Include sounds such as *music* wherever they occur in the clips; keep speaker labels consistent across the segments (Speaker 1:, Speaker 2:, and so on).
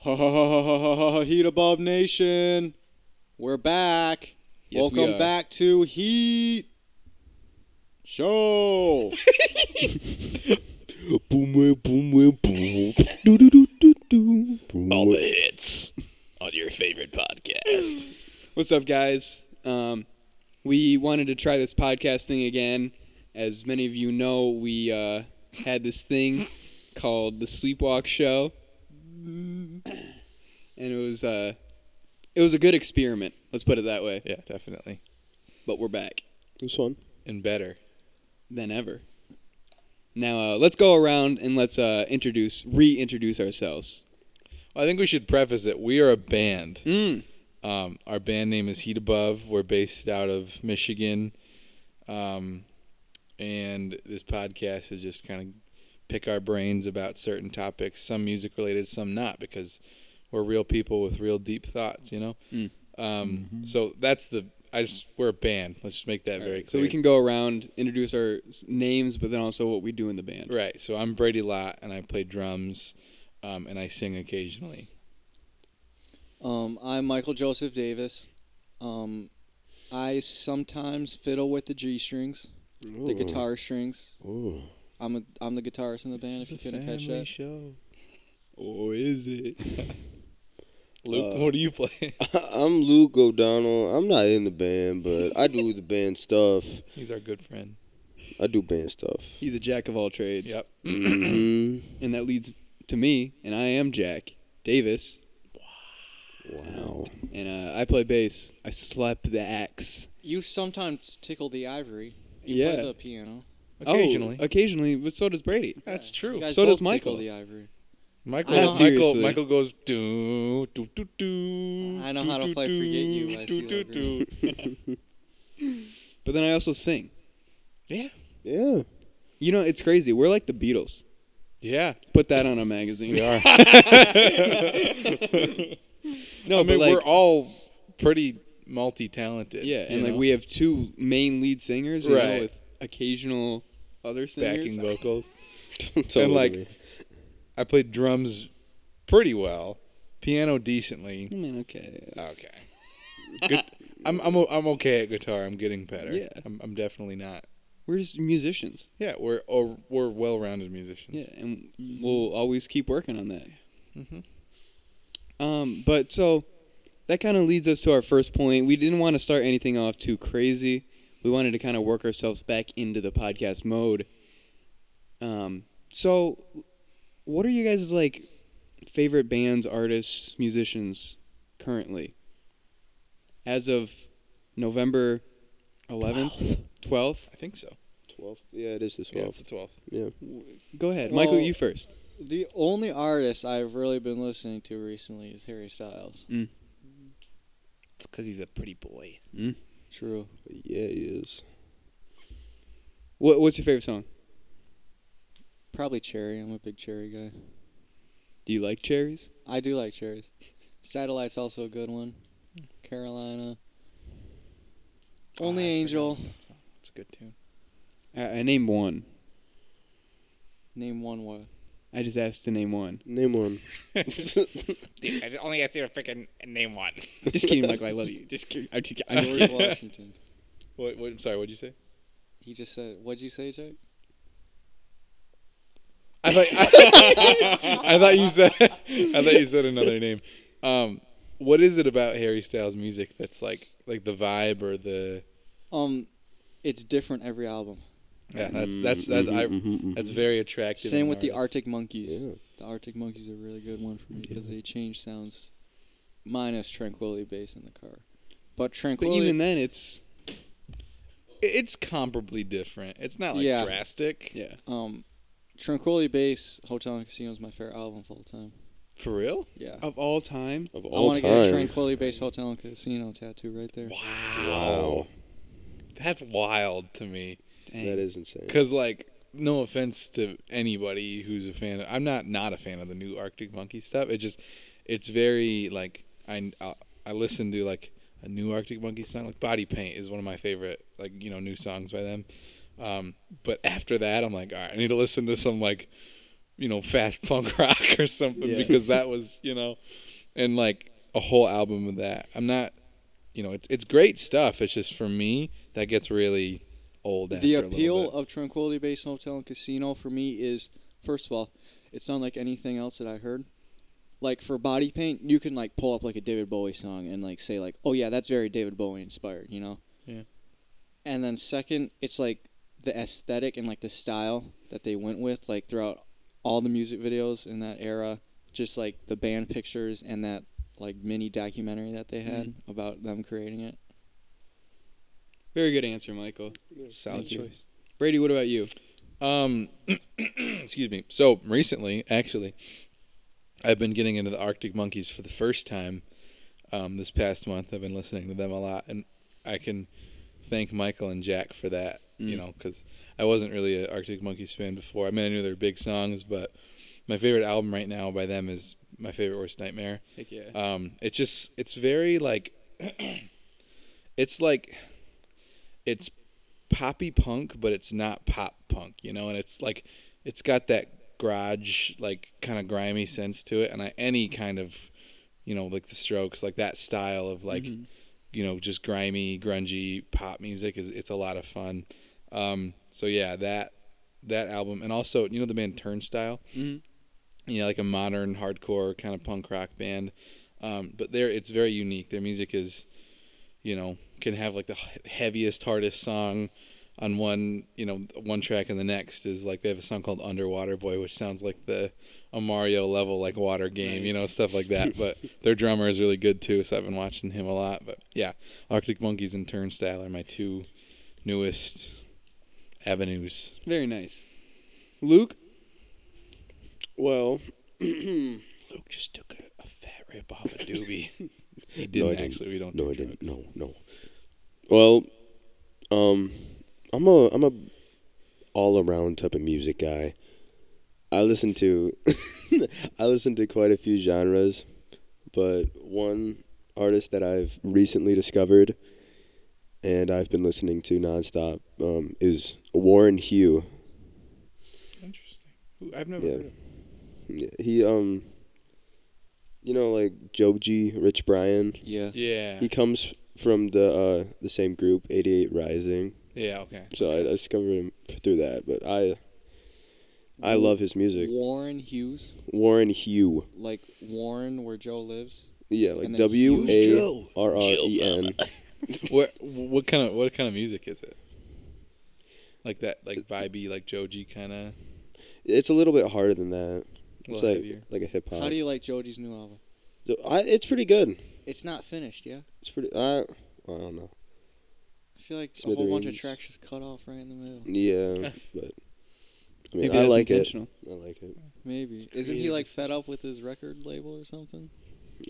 Speaker 1: Ha ha ha ha ha ha ha! Heat above nation. We're back.
Speaker 2: Yes, we
Speaker 1: Welcome
Speaker 2: are.
Speaker 1: back to Heat
Speaker 2: *laughs*
Speaker 1: Show.
Speaker 2: boom, wah, boom, wah, boom. Do, do, do, do, do. Boom,
Speaker 3: All
Speaker 2: wah.
Speaker 3: the hits on your favorite podcast.
Speaker 2: *sighs* What's up, guys? Um, we wanted to try this podcast thing again. As many of you know, we uh, had this thing called the Sleepwalk Show, and it was uh, it was a good experiment. Let's put it that way.
Speaker 3: yeah, definitely.
Speaker 2: But we're back.
Speaker 4: It was fun.
Speaker 3: And better.
Speaker 2: than ever. Now uh, let's go around and let's uh, introduce, reintroduce ourselves.
Speaker 3: I think we should preface it. We are a band.
Speaker 2: Mm.
Speaker 3: Um, our band name is Heat Above. We're based out of Michigan. Um, and this podcast is just kind of pick our brains about certain topics, some music related, some not, because we're real people with real deep thoughts, you know?
Speaker 2: Mm.
Speaker 3: Um, So that's the. I just we're a band. Let's just make that very clear.
Speaker 2: So we can go around, introduce our s- names, but then also what we do in the band.
Speaker 3: Right. So I'm Brady Lott, and I play drums, um, and I sing occasionally.
Speaker 1: um, I'm Michael Joseph Davis. Um, I sometimes fiddle with the G strings, the
Speaker 4: Ooh.
Speaker 1: guitar strings.
Speaker 4: Ooh.
Speaker 1: I'm a, I'm the guitarist in the band. If you couldn't catch that,
Speaker 3: show. Oh,
Speaker 2: Or is it?
Speaker 3: Luke,
Speaker 4: Uh,
Speaker 3: what do you play?
Speaker 4: *laughs* I'm Luke O'Donnell. I'm not in the band, but I do the band stuff.
Speaker 3: *laughs* He's our good friend.
Speaker 4: I do band
Speaker 2: *clears throat*
Speaker 4: stuff.
Speaker 2: He's a jack of all trades.
Speaker 3: Yep.
Speaker 4: Mhm.
Speaker 2: And that leads to me, and I am Jack Davis,
Speaker 4: Wow.
Speaker 2: and uh, I play bass. I slap the axe.
Speaker 1: you sometimes tickle the ivory. You
Speaker 2: yeah.
Speaker 1: play the piano.
Speaker 2: Oh,
Speaker 3: Occasionally.
Speaker 2: occasionally, but so does Brady.
Speaker 3: That's
Speaker 1: Yeah.
Speaker 3: true.
Speaker 1: You guys
Speaker 2: So does
Speaker 1: both
Speaker 2: Michael.
Speaker 1: tickle the ivory.
Speaker 3: Michael,
Speaker 1: I know-
Speaker 3: Michael,
Speaker 2: Seriously.
Speaker 3: Michael goes do do do do.
Speaker 1: I know how to play Forget You, I see that
Speaker 2: But then I also sing.
Speaker 4: Yeah. *laughs*
Speaker 2: You know, it's crazy. We're like the Beatles.
Speaker 3: *laughs* Yeah,
Speaker 2: Put that on a magazine.
Speaker 3: we are.
Speaker 2: No,
Speaker 3: *laughs* I mean,
Speaker 2: but like,
Speaker 3: we're all pretty multi-talented.
Speaker 2: Yeah, and
Speaker 3: you
Speaker 2: like
Speaker 3: know?
Speaker 2: we have two main lead singers, you know,
Speaker 3: Right.
Speaker 2: with occasional other singers.
Speaker 3: backing
Speaker 1: *laughs*
Speaker 3: vocals.
Speaker 4: Don't tell
Speaker 3: And, like,
Speaker 4: me.
Speaker 3: I played drums pretty well, piano decently.
Speaker 2: I mean, okay.
Speaker 3: *laughs* Okay. Good. I'm I'm o- I'm okay at guitar. I'm getting better.
Speaker 2: Yeah.
Speaker 3: I'm, I'm definitely not.
Speaker 2: We're just musicians.
Speaker 3: Yeah, we're or, we're well-rounded musicians.
Speaker 2: Yeah, and we'll always keep working on that.
Speaker 3: Mhm.
Speaker 2: Um, but so that kind of leads us to our first point. We didn't want to start anything off too crazy. We wanted to kind of work ourselves back into the podcast mode. Um, so what are you guys' like favorite bands, artists, musicians currently? As of November 11th, 12th?
Speaker 3: I think so.
Speaker 4: 12th. Yeah, it is the
Speaker 3: Yeah, it's
Speaker 4: 12th.
Speaker 3: the 12th.
Speaker 2: Go ahead. Michael,
Speaker 1: Well,
Speaker 2: you first.
Speaker 1: The only artist I've really been listening to recently is Harry Styles.
Speaker 3: Because he's a pretty boy.
Speaker 1: True.
Speaker 4: Yeah, it is.
Speaker 2: What, what's your favorite song?
Speaker 1: Probably Cherry. I'm a big Cherry guy.
Speaker 2: Do you like cherries?
Speaker 1: I do like cherries. Satellite's also a good one. Carolina.
Speaker 3: Ah,
Speaker 1: Only Angel.
Speaker 3: It's a good tune.
Speaker 2: I, I named one.
Speaker 1: Name one what?
Speaker 2: I just asked to name one. *laughs*
Speaker 4: Name one.
Speaker 5: Dude, I just only got to freaking name one.
Speaker 2: Just kidding, Michael. I love you. Just kidding. I'm just kidding. I'm just
Speaker 1: George
Speaker 2: kidding.
Speaker 1: Washington.
Speaker 3: What, what, I'm sorry. What'd you say?
Speaker 1: He just said, "What'd you say, Jake?"
Speaker 3: I *laughs* thought I, thought you said I thought you said another name. Um, what is it about Harry Styles' music that's like like the vibe or the
Speaker 1: Um, it's different every album.
Speaker 3: yeah that's that's that's I, that's very attractive. in
Speaker 1: Same
Speaker 3: an
Speaker 1: with the
Speaker 3: artist.
Speaker 1: Arctic Monkeys.
Speaker 4: Yeah.
Speaker 1: The Arctic Monkeys are a really good one for me because they change sounds, minus Tranquility Base in the car, but
Speaker 2: But
Speaker 1: Tranquility.
Speaker 2: even then, it's
Speaker 3: It's comparably different. It's not like
Speaker 1: Yeah.
Speaker 3: drastic.
Speaker 2: yeah.
Speaker 1: um, Tranquility Base Hotel and Casino is my favorite album of all time.
Speaker 3: For real?
Speaker 1: Yeah.
Speaker 2: Of all time,
Speaker 4: Of
Speaker 1: I
Speaker 4: all
Speaker 1: want to get a
Speaker 4: time.
Speaker 1: Tranquility Base Hotel and Casino tattoo right there.
Speaker 4: Wow.
Speaker 3: That's wild to me.
Speaker 2: dang.
Speaker 4: That is insane.
Speaker 3: Cause like, no offense to anybody who's a fan. Of, I'm not not a fan of the new Arctic Monkey stuff. It just, it's very like I I, I listen to like a new Arctic Monkey song. Like Body Paint is one of my favorite like you know new songs by them. Um, but after that, I'm like, all right, I need to listen to some like you know, fast *laughs* punk rock or something
Speaker 1: Yeah.
Speaker 3: because that was, you know, and like a whole album of that. I'm not, you know, it's it's great stuff. It's just for me that gets really old. After
Speaker 1: the
Speaker 3: a
Speaker 1: appeal
Speaker 3: little bit.
Speaker 1: of Tranquility Base Hotel and Casino for me is, first of all, it's not like anything else that I heard. Like for body paint, you can like pull up like a David Bowie song and like say like, oh yeah, that's very David Bowie inspired, you know.
Speaker 2: Yeah.
Speaker 1: And then second, it's like the aesthetic and like the style that they went with like throughout all the music videos in that era, just like the band pictures and that like mini documentary that they had
Speaker 2: Mm-hmm.
Speaker 1: about them creating it.
Speaker 2: Very good answer, Michael.
Speaker 3: solid
Speaker 2: Thank you.
Speaker 3: choice.
Speaker 2: Brady, what about you?
Speaker 3: Um, *clears throat* excuse me. So recently, actually, I've been getting into the Arctic Monkeys for the first time um, this past month. I've been listening to them a lot, and I can thank Michael and Jack for that. You
Speaker 2: Mm.
Speaker 3: know, because I wasn't really an Arctic Monkeys fan before. I mean, I knew their big songs, but my favorite album right now by them is my favorite worst nightmare.
Speaker 2: Heck yeah.
Speaker 3: Um, it just it's very like *clears throat* it's like it's poppy punk, but it's not pop punk, you know. And it's like it's got that garage like kind of grimy sense to it, and I, any kind of you know like the Strokes, like that style of like
Speaker 2: Mhm.
Speaker 3: you know just grimy, grungy pop music is it's a lot of fun. Um, so yeah, that that album, and also you know the band Turnstile
Speaker 2: Mhm.
Speaker 3: you know, like a modern hardcore kind of punk rock band. Um, but they're it's very unique. Their music is, you know, can have like the he- heaviest, hardest song on one, you know, one track, and the next is like they have a song called Underwater Boy, which sounds like the a Mario level like water game, you know, stuff like
Speaker 4: *laughs*
Speaker 3: that. but their drummer is really good too, so I've been watching him a lot. But yeah, Arctic Monkeys and Turnstile are my two newest avenues.
Speaker 2: Very nice. Luke,
Speaker 4: Well, no,
Speaker 3: *clears throat* Luke just took a, a fat rip off a doobie. he didn't
Speaker 4: I didn't.
Speaker 3: actually. We don't. do
Speaker 4: I
Speaker 3: drugs.
Speaker 4: didn't. No, no. Well, um, I'm a I'm a all around type of music guy. I listen to *laughs* I listen to quite a few genres, but one artist that I've recently discovered and I've been listening to nonstop um, is Warren Hugh.
Speaker 3: Interesting. Who- I've never
Speaker 4: Yeah.
Speaker 3: heard of. him.
Speaker 4: He um, you know like Joji, Rich Brian.
Speaker 1: Yeah.
Speaker 3: Yeah.
Speaker 4: He comes from the uh, the same group, 88 Rising.
Speaker 3: Yeah. Okay.
Speaker 4: So I discovered him through that. But I I love his music.
Speaker 1: Warren Hughes,
Speaker 4: Warren Hugh.
Speaker 1: like Warren where Joe lives.
Speaker 4: Yeah,
Speaker 1: And
Speaker 4: like
Speaker 1: then
Speaker 4: W
Speaker 1: Hughes
Speaker 4: A R R E N.
Speaker 3: what what kind of what kind of music is it? Like that, like vibey, like Joji kind of.
Speaker 4: It's a little bit harder than that. It's
Speaker 3: little
Speaker 4: like
Speaker 3: heavier.
Speaker 4: like a hip hop.
Speaker 1: How do you like Jody's new album?
Speaker 4: I, it's pretty good.
Speaker 1: It's not finished, yeah.
Speaker 4: It's pretty. I I don't know.
Speaker 1: I feel like a whole bunch of
Speaker 4: Smithereens.
Speaker 1: tracks just cut off right in the
Speaker 4: *laughs*
Speaker 1: middle.
Speaker 4: Yeah, but I mean,
Speaker 2: maybe
Speaker 4: I
Speaker 2: that's
Speaker 4: like it.
Speaker 2: intentional.
Speaker 4: I like it.
Speaker 1: Maybe isn't he like fed up with his record label or something?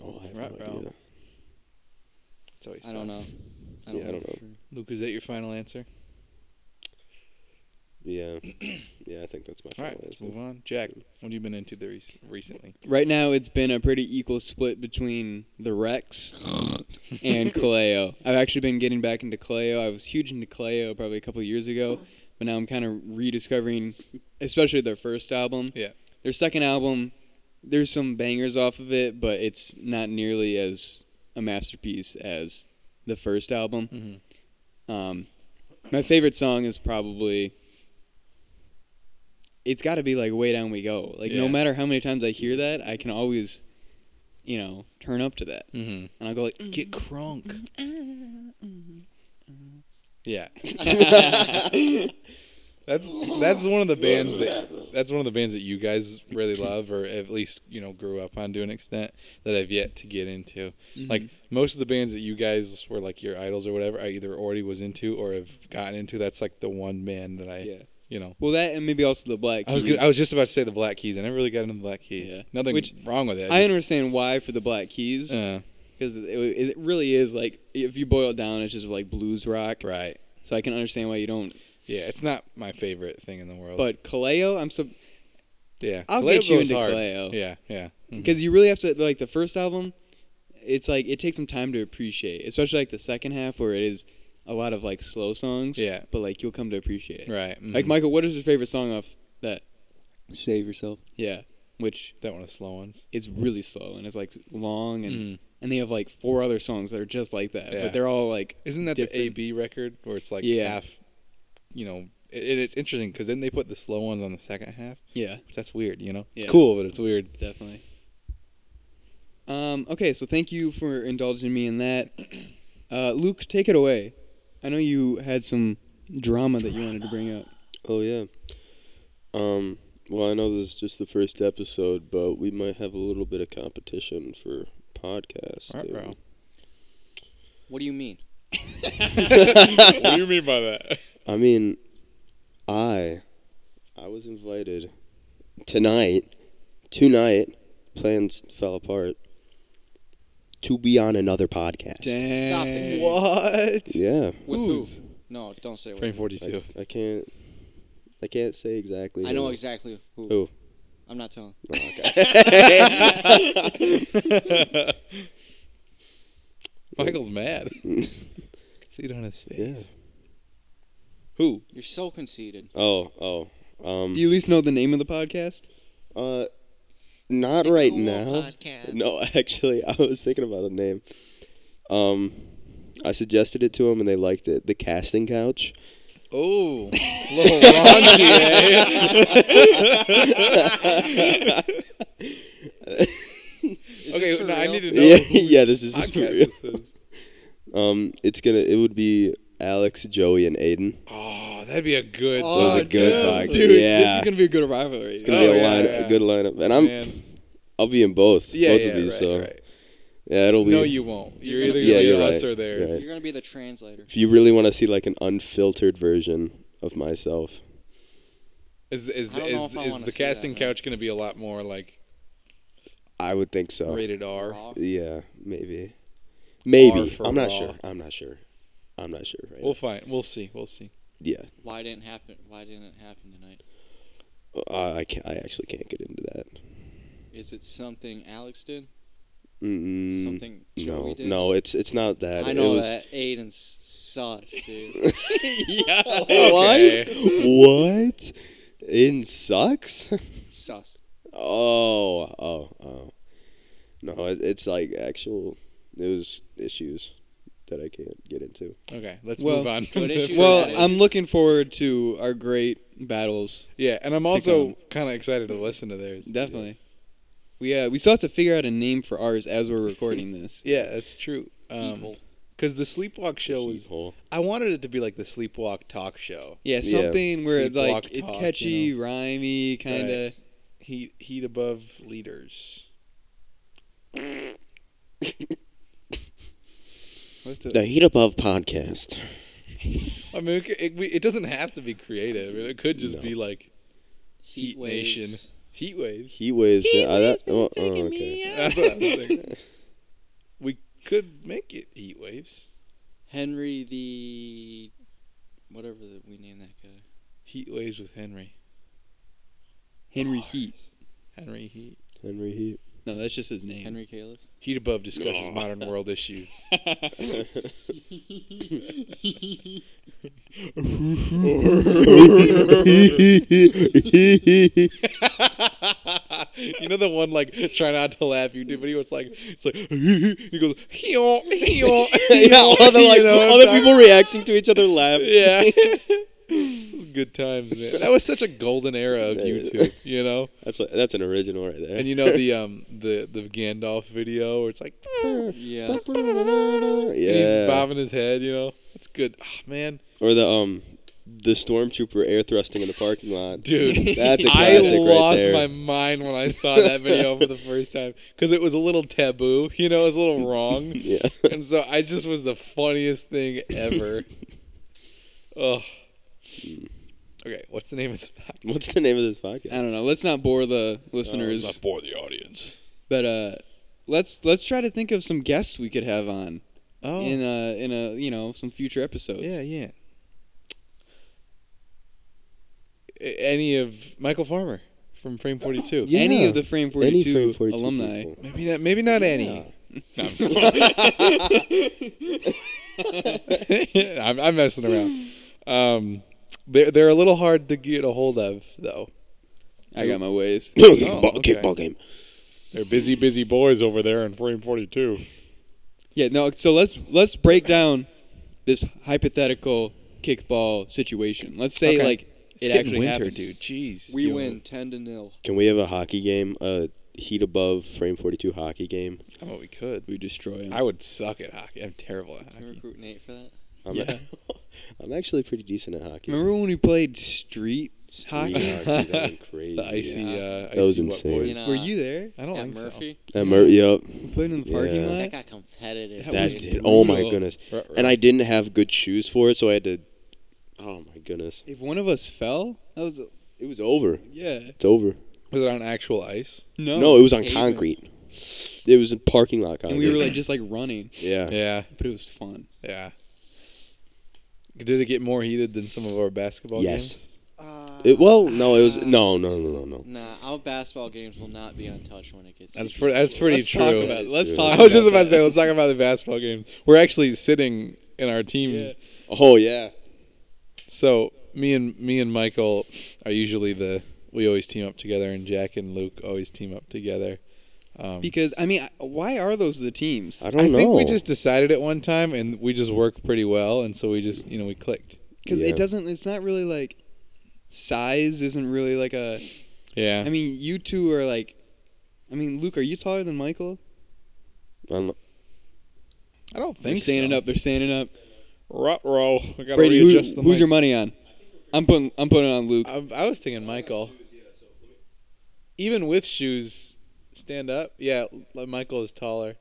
Speaker 4: Oh, I have
Speaker 3: Right,
Speaker 4: no
Speaker 3: bro.
Speaker 4: idea.
Speaker 3: It's always
Speaker 1: I don't
Speaker 3: tough.
Speaker 1: know. I
Speaker 4: Yeah, I don't
Speaker 1: for
Speaker 4: know.
Speaker 1: sure.
Speaker 3: Luke, is that your final answer?
Speaker 4: Yeah, *clears throat* yeah. I think that's my
Speaker 3: All
Speaker 4: final
Speaker 3: right, let's
Speaker 4: answer.
Speaker 3: move on. Jack, what have you been into the rec- recently?
Speaker 2: Right now, it's been a pretty equal split between the Rex
Speaker 4: *laughs*
Speaker 3: *laughs*
Speaker 2: and Kaleo. I've actually been getting back into Kaleo. I was huge into Kaleo probably a couple of years ago, but now I'm kind of rediscovering, especially their first album.
Speaker 3: Yeah.
Speaker 2: Their second album, there's some bangers off of it, but it's not nearly as a masterpiece as the first album.
Speaker 3: Mhm.
Speaker 2: Um, my favorite song is probably. It's got to be like "Way Down We Go." Like no
Speaker 3: Yeah.
Speaker 2: matter how many times I hear that, I can always, you know, turn up to that,
Speaker 3: Mm-hmm.
Speaker 2: and I'll go like,
Speaker 3: Get crunk. yeah, *laughs* that's that's one of the bands that that's one of the bands that you guys really love, or at least you know grew up on to an extent that I've yet to get into. Like most of the bands that you guys were like your idols or whatever, I either already was into or have gotten into. That's like the one band that I,
Speaker 2: Yeah.
Speaker 3: you know,
Speaker 2: Well, that and maybe also the Black.
Speaker 3: I was
Speaker 2: Keys.
Speaker 3: gonna, I was just about to say the Black Keys. I never really got into the Black Keys.
Speaker 2: Yeah.
Speaker 3: Nothing
Speaker 2: Which-
Speaker 3: wrong with it.
Speaker 2: I
Speaker 3: just-
Speaker 2: understand why for the Black Keys
Speaker 3: Uh,
Speaker 2: because it, it really is like if you boil it down, it's just like blues rock.
Speaker 3: uh, right.
Speaker 2: So I can understand why you don't.
Speaker 3: Yeah, it's not my favorite thing in the world.
Speaker 2: But Kaleo, I'm so
Speaker 3: yeah,
Speaker 2: I'll
Speaker 3: Kaleo
Speaker 2: get you
Speaker 3: goes
Speaker 2: into
Speaker 3: hard.
Speaker 2: Kaleo.
Speaker 3: Yeah, yeah. Mhm.
Speaker 2: because you really have to like the first album it's like it takes some time to appreciate especially like the second half where it is a lot of like slow songs
Speaker 3: Yeah.
Speaker 2: but like you'll come to appreciate it
Speaker 3: Right. mhm.
Speaker 2: like michael what is your favorite song off that
Speaker 1: Save yourself.
Speaker 2: Yeah, which
Speaker 3: That one of slow ones.
Speaker 2: is really slow and it's like long and
Speaker 3: Mm.
Speaker 2: and they have like four other songs that are just like that,
Speaker 3: Yeah.
Speaker 2: but they're all like
Speaker 3: Isn't that the
Speaker 2: Different.
Speaker 3: AB record where it's like
Speaker 2: Yeah.
Speaker 3: half? You know, it, it- it's interesting because then they put the slow ones on the second half.
Speaker 2: yeah,
Speaker 3: That's weird. You know, it's
Speaker 2: Yeah.
Speaker 3: cool, but it's weird.
Speaker 2: *laughs*
Speaker 3: *laughs*
Speaker 2: definitely. Um, okay, so thank you for indulging me in that. *clears throat* Uh, Luke, take it away. I know you had some drama that you wanted to bring up.
Speaker 4: Oh yeah. Um. Well, I know this is just the first episode, but we might have a little bit of competition for podcast.
Speaker 3: Ruh-roh.
Speaker 1: What do you mean?
Speaker 3: what do you mean by that?
Speaker 4: I mean, I, I was invited tonight, tonight. Plans fell apart. To be on another podcast.
Speaker 1: Stop it.
Speaker 2: Dang.
Speaker 3: What?
Speaker 4: Yeah,
Speaker 1: With
Speaker 3: Who's?
Speaker 1: who? No, don't say
Speaker 3: Frame
Speaker 1: what.
Speaker 3: forty-two.
Speaker 4: I, I can't. I can't say exactly.
Speaker 1: I know
Speaker 4: who.
Speaker 1: exactly who.
Speaker 4: Who?
Speaker 1: I'm not telling.
Speaker 4: Oh, okay.
Speaker 3: *laughs*
Speaker 4: *laughs*
Speaker 3: Michael's mad. I can see it on his face.
Speaker 4: yeah.
Speaker 3: Who?
Speaker 1: You're so conceited.
Speaker 4: *laughs* Oh. Oh. Um.
Speaker 2: Do you at least know the name of the podcast?
Speaker 4: Uh, not
Speaker 1: The
Speaker 4: right
Speaker 1: Cool
Speaker 4: now.
Speaker 1: Podcast.
Speaker 4: No, *laughs* actually, I was thinking about a name. Um, I suggested it to him, and they liked it. The casting couch.
Speaker 3: Oh, *laughs* little raunchy. eh?
Speaker 1: Is
Speaker 3: Okay,
Speaker 1: this for
Speaker 3: no, I
Speaker 1: real?
Speaker 3: need to know.
Speaker 4: yeah,
Speaker 3: whose
Speaker 4: yeah, this is just for
Speaker 3: podcast
Speaker 4: real.
Speaker 3: this is.
Speaker 4: Um, it's gonna. It would be Alex, Joey, and Aiden.
Speaker 3: Oh, that'd be a good.
Speaker 1: Oh,
Speaker 4: Those are good
Speaker 1: yes,
Speaker 4: vibes.
Speaker 2: Dude, this
Speaker 4: yeah,
Speaker 2: is gonna be a good rivalry.
Speaker 4: it's gonna
Speaker 3: Oh,
Speaker 4: be a,
Speaker 3: yeah,
Speaker 4: line,
Speaker 3: yeah.
Speaker 4: a good lineup, and I'm
Speaker 3: man.
Speaker 4: I'll be in both.
Speaker 3: Yeah,
Speaker 4: both
Speaker 3: yeah,
Speaker 4: of these.
Speaker 3: right,
Speaker 4: so
Speaker 3: right.
Speaker 4: yeah, it'll be.
Speaker 3: No, you won't. You're either
Speaker 4: Yeah,
Speaker 3: gonna be
Speaker 4: you're
Speaker 3: us
Speaker 4: right.
Speaker 3: or theirs.
Speaker 4: You're
Speaker 1: You're gonna be the translator.
Speaker 4: if you really want to see like an unfiltered version of myself,
Speaker 3: Is is
Speaker 1: I don't know
Speaker 3: is,
Speaker 1: if I
Speaker 3: is
Speaker 1: wanna
Speaker 3: the
Speaker 1: see that,
Speaker 3: casting
Speaker 1: man.
Speaker 3: couch gonna be a lot more like
Speaker 4: I would think so.
Speaker 3: rated R?
Speaker 1: Raw.
Speaker 4: Yeah, maybe. Maybe.
Speaker 3: for
Speaker 4: I'm not
Speaker 3: raw.
Speaker 4: sure. I'm not sure. I'm not sure. Right
Speaker 3: We'll
Speaker 4: now.
Speaker 3: find. We'll see. We'll see.
Speaker 4: Yeah.
Speaker 1: Why didn't happen? Why didn't it happen tonight?
Speaker 4: Uh, I can't, I actually can't get into that.
Speaker 1: Is it something Alex did?
Speaker 4: Mm,
Speaker 1: Something Joey
Speaker 4: No,
Speaker 1: did?
Speaker 4: no, it's it's not that.
Speaker 1: I know
Speaker 4: it was,
Speaker 1: that Aiden sucks, dude.
Speaker 2: Oh.
Speaker 4: what?
Speaker 2: *laughs*
Speaker 4: *laughs* What? In sucks?
Speaker 1: Sus.
Speaker 4: Oh, oh, oh. No, it, it's like actual. It was issues that I can't get into.
Speaker 3: Okay, let's
Speaker 2: Well,
Speaker 3: move on. um, From
Speaker 1: good
Speaker 3: the
Speaker 1: issue.
Speaker 3: first-
Speaker 2: Well,
Speaker 1: Well,
Speaker 2: I'm looking forward to our great battles.
Speaker 3: yeah, and I'm also kind of excited to listen to theirs.
Speaker 2: Definitely. We uh, we still have to figure out a name for ours as we're recording
Speaker 3: *laughs*
Speaker 2: this.
Speaker 3: Yeah, that's true. Um
Speaker 1: People.
Speaker 3: 'cause because the Sleepwalk show was,
Speaker 4: Hole.
Speaker 3: I wanted it to be like the Sleepwalk talk show.
Speaker 2: Yeah,
Speaker 4: Yeah.
Speaker 2: something where it's like
Speaker 3: Sleepwalk
Speaker 2: it's
Speaker 3: talk,
Speaker 2: catchy,
Speaker 3: you
Speaker 2: rhymey, kind of.
Speaker 3: Right. Heat heat above leaders.
Speaker 2: What's it?
Speaker 4: The Heat Above podcast.
Speaker 3: I mean, it, c- it, we- it doesn't have to be creative. It could just
Speaker 4: No.
Speaker 3: be like Heat
Speaker 1: Heat
Speaker 3: Nation.
Speaker 1: waves.
Speaker 3: heat waves.
Speaker 4: Heat waves. yeah, I- that- oh, oh, okay.
Speaker 3: That's what I was thinking. *laughs* we could make it heat waves.
Speaker 1: Henry the whatever that we name that guy.
Speaker 3: Heat waves with Henry.
Speaker 2: Henry Heat.
Speaker 3: Henry Heat.
Speaker 4: Henry Heat.
Speaker 2: No, that's just his name.
Speaker 1: Henry Kalis.
Speaker 3: Heat above discusses modern world issues. *laughs* you know the one like try not to laugh YouTube video. It's like it's like *laughs* he goes heal *laughs* heal.
Speaker 4: yeah, all the, like,
Speaker 3: You know what
Speaker 4: all
Speaker 3: I'm
Speaker 4: the
Speaker 3: talking-
Speaker 4: people reacting to each other laugh.
Speaker 3: *laughs* Yeah. *laughs* it was good times, man. That was such a golden era of
Speaker 4: That is.
Speaker 3: YouTube, you know?
Speaker 4: That's a, that's an original right there.
Speaker 3: And you
Speaker 4: *laughs*
Speaker 3: know *laughs* the um the the Gandalf video where it's like
Speaker 1: Yeah.
Speaker 3: and he's
Speaker 4: yeah,
Speaker 3: bobbing his head, you know? That's good. Ah, man.
Speaker 4: or the um the stormtrooper air thrusting in the parking lot.
Speaker 3: *laughs* Dude,
Speaker 4: that's a
Speaker 3: I
Speaker 4: classic right
Speaker 3: lost
Speaker 4: there. *laughs*
Speaker 3: my mind when I saw that video *laughs* for the first time because it was a little taboo, you know, it was a little wrong.
Speaker 4: yeah. *laughs*
Speaker 3: and so I just was the funniest thing *laughs* ever. Ugh. Okay, Hmm. what's the name of this podcast?
Speaker 4: What's the name of this
Speaker 2: I
Speaker 4: podcast?
Speaker 2: don't know. Let's not bore the listeners,
Speaker 3: Let's Uh, not bore the audience.
Speaker 2: but uh, let's let's try to think of some guests we could have on
Speaker 3: Oh,
Speaker 2: in a in a you know some future episodes.
Speaker 3: yeah, yeah. A- Any of Michael Farmer from Frame Forty Two?
Speaker 4: Yeah.
Speaker 2: Any of the Frame 42,
Speaker 4: Any Frame 42
Speaker 2: alumni.
Speaker 4: people.
Speaker 3: Maybe not. Maybe not
Speaker 4: Yeah.
Speaker 3: any. No, I'm,
Speaker 4: *laughs*
Speaker 3: *laughs* just- I'm- I'm messing around. Um, they're they're a little hard to get a hold of though.
Speaker 2: I got my ways.
Speaker 4: kickball,
Speaker 3: okay.
Speaker 4: kickball game.
Speaker 3: They're busy, busy boys over there in frame 42.
Speaker 2: Yeah, no. So let's let's break down this hypothetical kickball situation. Let's say
Speaker 3: Okay.
Speaker 2: like
Speaker 3: It's
Speaker 2: it
Speaker 3: getting
Speaker 2: actually
Speaker 3: winter,
Speaker 2: happens.
Speaker 3: dude. Jeez.
Speaker 1: We
Speaker 3: You-
Speaker 1: win ten to nil.
Speaker 4: Can we have a hockey game? A heat above frame forty-two hockey game.
Speaker 3: I mean, we could.
Speaker 2: We destroy him.
Speaker 3: I would suck at hockey. I'm terrible at
Speaker 1: Can we
Speaker 3: hockey.
Speaker 1: recruit Nate for that?
Speaker 4: I'm,
Speaker 2: Yeah.
Speaker 4: *laughs* I'm actually pretty decent at hockey.
Speaker 2: Remember when we played street?
Speaker 4: Street
Speaker 2: hockey? *laughs*
Speaker 4: hockey, that went crazy.
Speaker 3: The icy,
Speaker 1: Yeah.
Speaker 3: uh, icy
Speaker 4: That was
Speaker 3: what
Speaker 4: insane.
Speaker 3: boys.
Speaker 1: You know,
Speaker 2: Were you there?
Speaker 3: I don't
Speaker 1: yeah,
Speaker 3: think
Speaker 1: Murphy.
Speaker 4: That mur- yep.
Speaker 2: We played in the parking
Speaker 4: Yeah.
Speaker 2: lot.
Speaker 4: That
Speaker 1: That got competitive.
Speaker 2: That
Speaker 4: That
Speaker 2: was
Speaker 4: did. Oh my
Speaker 2: brutal.
Speaker 4: goodness.
Speaker 3: so. Ru- ru-
Speaker 4: And I didn't have good shoes for it, so I had to. Oh my goodness.
Speaker 2: If one of us fell, that was
Speaker 4: It was over.
Speaker 2: yeah.
Speaker 4: It's over.
Speaker 3: was it on actual ice?
Speaker 2: No.
Speaker 4: No, it was on
Speaker 1: Pavement.
Speaker 4: concrete. It was a parking lot concrete.
Speaker 2: and we were like just like running,
Speaker 4: yeah.
Speaker 3: Yeah,
Speaker 2: but it was fun.
Speaker 3: yeah. Did it get more heated than some of our basketball
Speaker 4: Yes.
Speaker 3: games?
Speaker 4: It, well, no, it was no, no, no, no, no.
Speaker 1: uh, Nah, our basketball games will not be untouched when it gets.
Speaker 3: That's pretty. That's pretty
Speaker 2: let's
Speaker 3: true.
Speaker 2: talk about. It.
Speaker 4: That is
Speaker 2: Let's
Speaker 4: true.
Speaker 2: talk.
Speaker 3: *laughs* I was just
Speaker 2: about
Speaker 3: about to say,
Speaker 2: that.
Speaker 3: let's talk about the basketball games. We're actually sitting in our teams.
Speaker 2: Yeah.
Speaker 4: Oh yeah.
Speaker 3: So me and me and Michael are usually the we always team up together, and Jack and Luke always team up together. Um,
Speaker 2: because I mean, I- why are those the teams?
Speaker 4: I don't
Speaker 3: I
Speaker 4: know.
Speaker 3: think we just decided at one time, and we just work pretty well, and so we just you know we clicked.
Speaker 2: Because
Speaker 4: Yeah.
Speaker 2: it doesn't. It's not really like size isn't really like a.
Speaker 3: Yeah,
Speaker 2: I mean, you two are like. I mean, Luke, are you taller than Michael?
Speaker 4: I don't know.
Speaker 3: I don't
Speaker 2: They're
Speaker 3: think
Speaker 2: standing
Speaker 3: so.
Speaker 2: up. They're standing up.
Speaker 3: Rut row. I gotta
Speaker 2: Brady, who,
Speaker 3: readjust the
Speaker 2: who's your
Speaker 3: mics.
Speaker 2: money on? I'm putting. I'm putting on Luke.
Speaker 3: I, I was thinking Michael. Even with shoes, stand up. Yeah, L- Michael is taller.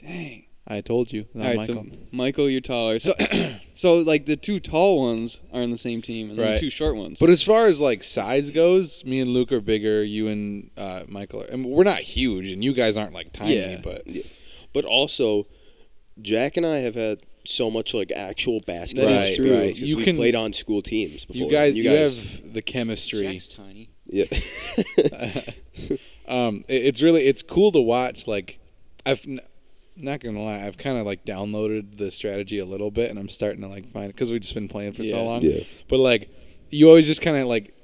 Speaker 2: Dang.
Speaker 3: I told you. Not
Speaker 2: All right,
Speaker 3: Michael.
Speaker 2: so Michael, you're taller. So, *clears throat* so like the two tall ones are on the same team, and
Speaker 3: Right.
Speaker 2: the two short ones.
Speaker 3: But as far as like size goes, me and Luke are bigger. You and uh, Michael, are, and we're not huge, and you guys aren't like tiny,
Speaker 2: Yeah.
Speaker 3: but
Speaker 4: But also, Jack and I have had so much like actual basketball.
Speaker 2: That is
Speaker 4: experience
Speaker 2: true.
Speaker 4: 'cause
Speaker 3: You
Speaker 4: we
Speaker 3: can-
Speaker 4: played on school teams before.
Speaker 3: you guys,
Speaker 4: You
Speaker 3: you,
Speaker 4: guys.
Speaker 3: have the chemistry.
Speaker 1: Jack's tiny.
Speaker 4: *laughs* yeah.
Speaker 3: *laughs* um, it- it's really it's cool to watch. Like, I've n- not gonna lie, I've kind of like downloaded the strategy a little bit, and I'm starting to like find because we've just been playing for
Speaker 2: Yeah.
Speaker 3: so long.
Speaker 4: yeah.
Speaker 3: But like, you always just kind of like,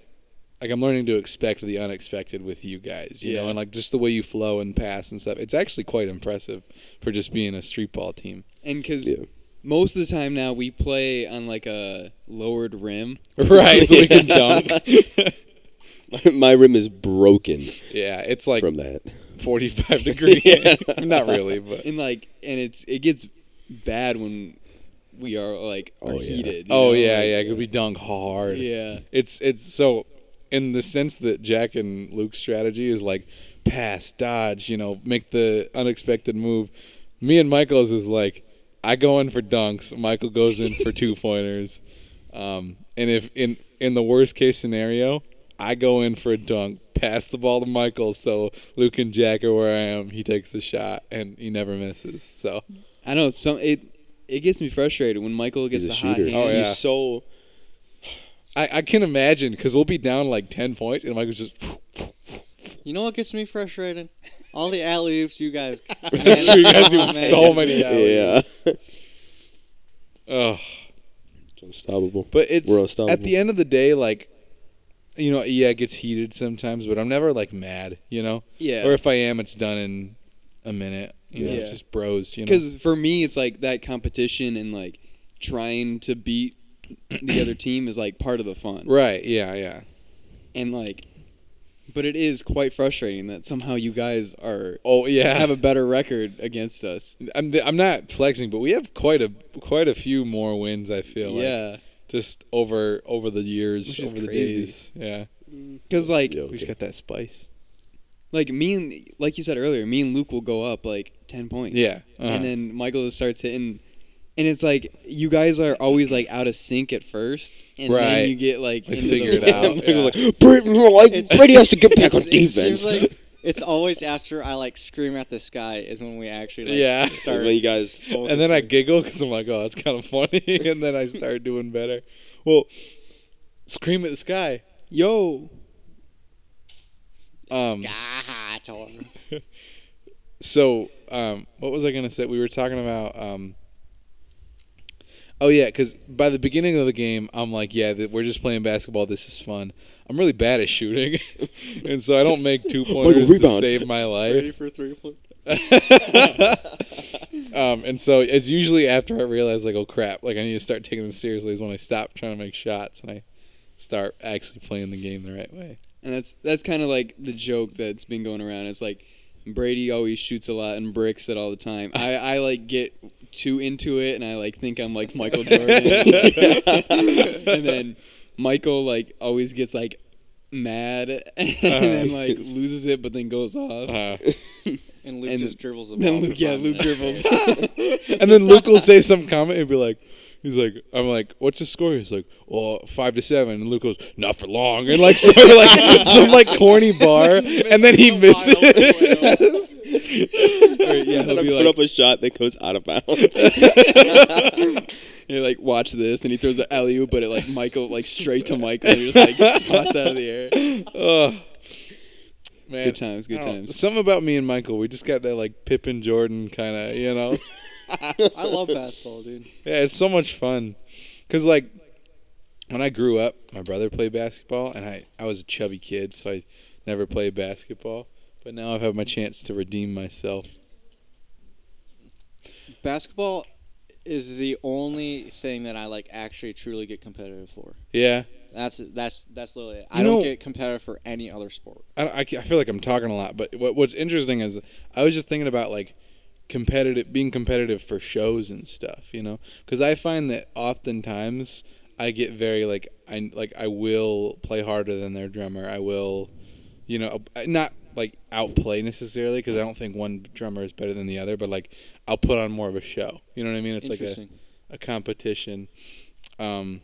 Speaker 3: like I'm learning to expect the unexpected with you guys, you know,
Speaker 2: Yeah.
Speaker 3: and like just the way you flow and pass and stuff. It's actually quite impressive for just being a street ball team.
Speaker 2: and because
Speaker 4: Yeah.
Speaker 2: most of the time now we play on like a lowered rim.
Speaker 3: Right, so we can dunk.
Speaker 4: My rim is broken
Speaker 3: yeah, it's like
Speaker 4: from that.
Speaker 3: 45 degrees. *laughs*
Speaker 4: Yeah.
Speaker 3: Not
Speaker 2: *laughs*
Speaker 3: really, but
Speaker 2: and like and it's it gets bad when we are like are
Speaker 4: Oh, yeah.
Speaker 2: heated. you
Speaker 3: oh
Speaker 2: know,
Speaker 3: yeah,
Speaker 2: like-
Speaker 3: yeah, because we dunk hard.
Speaker 2: yeah.
Speaker 3: It's it's so in the sense that Jack and Luke's strategy is like pass, dodge, you know, make the unexpected move. Me and Michael's is like I go in for dunks, Michael goes in for two pointers. Um, and if in in the worst case scenario, I go in for a dunk, pass the ball to Michael, so Luke and Jack are where I am. He takes the shot and he never misses. So
Speaker 2: I know some it it gets me frustrated when Michael gets
Speaker 4: He's
Speaker 2: the
Speaker 4: a
Speaker 2: hot
Speaker 4: shooter.
Speaker 2: hand.
Speaker 3: Oh, yeah.
Speaker 4: He's so
Speaker 3: I, I can imagine because we'll be down like ten points and Michael's just *laughs*
Speaker 1: You know what gets me frustrated? All the alley oops
Speaker 4: *laughs*
Speaker 1: you guys.
Speaker 3: That's true. You guys do
Speaker 1: Man, *laughs*
Speaker 3: so many
Speaker 4: yeah,
Speaker 3: alley Ugh.
Speaker 4: It's *laughs* unstoppable.
Speaker 3: But it's
Speaker 4: We're unstoppable.
Speaker 3: at the end of the day, like you know, yeah, it gets heated sometimes, but I'm never like mad, you know.
Speaker 2: Yeah.
Speaker 3: Or if I am, it's done in a minute. You know, it's
Speaker 2: Yeah.
Speaker 3: just bros. You know.
Speaker 2: Because for me, it's like that competition and like trying to beat the
Speaker 3: *clears throat*
Speaker 2: other team is like part of the fun.
Speaker 3: Right. Yeah. Yeah.
Speaker 2: And like, but it is quite frustrating that somehow you guys are
Speaker 3: Oh yeah.
Speaker 2: have a better record against us.
Speaker 3: I'm I'm not flexing, but we have quite a quite a few more wins. I feel. Like,
Speaker 2: Yeah,
Speaker 3: just over over the years,
Speaker 2: Which is
Speaker 3: over the
Speaker 2: crazy.
Speaker 3: days. Yeah.
Speaker 2: because like
Speaker 4: Yeah,
Speaker 3: We just
Speaker 4: okay.
Speaker 3: got that spice.
Speaker 2: like me and like you said earlier, me and Luke will go up like ten points.
Speaker 3: Yeah. uh-huh.
Speaker 2: and then Michael just starts hitting, and it's like you guys are always like out of sync at first, and
Speaker 3: Right.
Speaker 2: then you get like
Speaker 4: *laughs*
Speaker 3: Like,
Speaker 2: into
Speaker 3: figure it
Speaker 2: the
Speaker 3: out.
Speaker 2: rhythm. *laughs*
Speaker 4: Michael's like, Brady, no, I-
Speaker 1: It's-
Speaker 4: Brady
Speaker 3: *laughs*
Speaker 4: has to get back
Speaker 1: It's-
Speaker 4: on defense.
Speaker 1: It seems like it's always after I like scream at the sky is when we actually like,
Speaker 3: Yeah.
Speaker 4: *laughs*
Speaker 1: start.
Speaker 4: And then you guys, *laughs*
Speaker 3: and then I giggle because I'm like, oh, that's kind of funny. *laughs* and then I start doing better. Well, scream at the sky.
Speaker 2: Yo,
Speaker 3: Um,
Speaker 1: sky high tall.
Speaker 3: so, um, what was I gonna say? We were talking about. Um, Oh yeah, because by the beginning of the game, I'm like, yeah, th- we're just playing basketball. This is fun. I'm really bad at shooting, *laughs* and so I don't make two pointers to
Speaker 4: rebound.
Speaker 3: save my life.
Speaker 1: Ready for three point?
Speaker 3: *laughs* um, and so it's usually after I realize like, oh crap, like I need to start taking this seriously is when I stop trying to make shots and I start actually playing the game the right way.
Speaker 2: And that's that's kind of like the joke that's been going around. It's like Brady always shoots a lot and bricks it all the time. I, I like get too into it and I like think I'm like Michael Jordan.
Speaker 3: *laughs*
Speaker 2: *laughs* and then Michael like always gets like mad *laughs* and
Speaker 3: Uh-huh.
Speaker 2: then like loses it but then goes off.
Speaker 3: Uh,
Speaker 1: *laughs* And Luke
Speaker 2: And
Speaker 1: just dribbles the ball.
Speaker 2: Then
Speaker 1: for
Speaker 2: Luke, yeah,
Speaker 1: five
Speaker 2: Luke
Speaker 1: minutes. *laughs*
Speaker 2: dribbles.
Speaker 3: *laughs* and then Luke will say some comment and be like, he's like, I'm like, what's the score? He's like, well, five to seven. And Luke goes, not for long. And like, *laughs* so like some like corny bar, and then he misses.
Speaker 2: Or,
Speaker 3: *laughs*
Speaker 2: yeah,
Speaker 4: and
Speaker 2: he'll
Speaker 4: I
Speaker 2: be
Speaker 4: put
Speaker 2: like,
Speaker 4: up a shot that goes out of bounds.
Speaker 3: *laughs*
Speaker 2: you're like, watch this, and he throws an alley oop, but it like Michael, like straight to Michael, and you're *laughs* just like tossed out of the air.
Speaker 3: Ugh. Oh, man,
Speaker 2: Good times, good
Speaker 3: I don't-
Speaker 2: times.
Speaker 3: Something about me and Michael, we just got that like Pippin Jordan kind of, you know.
Speaker 1: I love basketball, dude.
Speaker 3: Yeah, it's so much fun. Cause like when I grew up, my brother played basketball, and I I was a chubby kid, so I never played basketball. But now I've had my chance to redeem myself.
Speaker 1: Basketball is the only thing that I like actually truly get competitive for.
Speaker 3: Yeah,
Speaker 1: That's that's that's literally. It.
Speaker 3: You
Speaker 1: I don't
Speaker 3: know-
Speaker 1: get competitive for any other sport.
Speaker 3: I, don't- I, ca- I feel like I'm talking a lot, but what, what's interesting is I was just thinking about like competitive, being competitive for shows and stuff, you know, because I find that oftentimes I get very like I like I will play harder than their drummer. I will, you know, not like outplay necessarily because I don't think one drummer is better than the other, but like I'll put on more of a show. You know what I mean? It's like a
Speaker 1: Interesting.
Speaker 3: a competition. Um,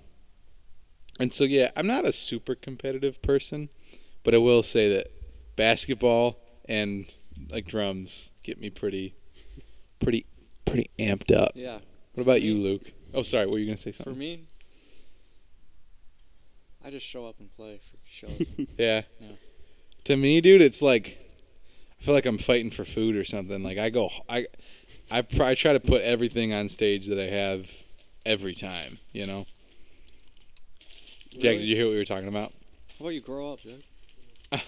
Speaker 3: and so, yeah, I'm not a super competitive person, but I will say that basketball and like drums get me pretty, pretty, pretty amped up.
Speaker 1: yeah,
Speaker 3: What about you, Luke? Oh, sorry, were you gonna say
Speaker 1: for
Speaker 3: something?
Speaker 1: me, I just show up and play for
Speaker 4: *laughs*
Speaker 1: shows.
Speaker 3: Yeah.
Speaker 1: Yeah.
Speaker 3: To me, dude, it's like I feel like I'm fighting for food or something. Like I go, I, I, pr- I try to put everything on stage that I have every time. You know. Jack,
Speaker 1: Really?
Speaker 3: did you hear what we were talking about?
Speaker 1: How about you grow up, Jack?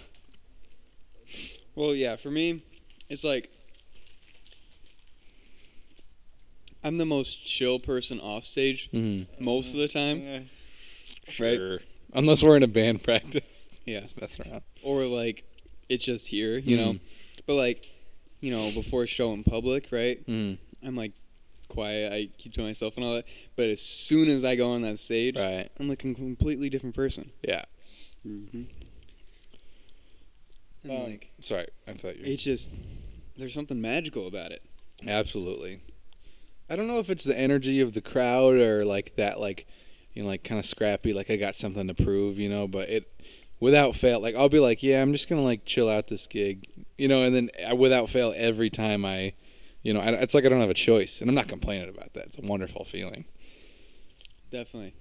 Speaker 2: Well, yeah, for me, it's like I'm the most chill person off stage
Speaker 3: Mm-hmm.
Speaker 2: most of the time,
Speaker 1: Yeah.
Speaker 2: right?
Speaker 3: Sure. Unless we're in a band *laughs* practice.
Speaker 2: Yeah.
Speaker 3: Just messing around.
Speaker 2: Or like it's just here, you know.
Speaker 3: Mhm.
Speaker 2: But like, you know, before a show in public, right?
Speaker 3: Mm.
Speaker 2: I'm like quiet. I keep to myself and all that. But as soon as I go on that stage,
Speaker 3: Right.
Speaker 2: I'm like a completely different person.
Speaker 3: Yeah.
Speaker 4: Mm-hmm.
Speaker 2: And,
Speaker 3: Um,
Speaker 2: like
Speaker 3: Sorry. I thought you
Speaker 2: it's just there's something magical about it.
Speaker 3: Absolutely. I don't know if it's the energy of the crowd or like that, like, you know, like kind of scrappy, like I got something to prove, you know, but it, without fail, like I'll be like, yeah, I'm just going to like chill out this gig, you know, and then uh, without fail, every time I, you know, I, it's like I don't have a choice. And I'm not complaining about that. It's a wonderful feeling.
Speaker 2: Definitely.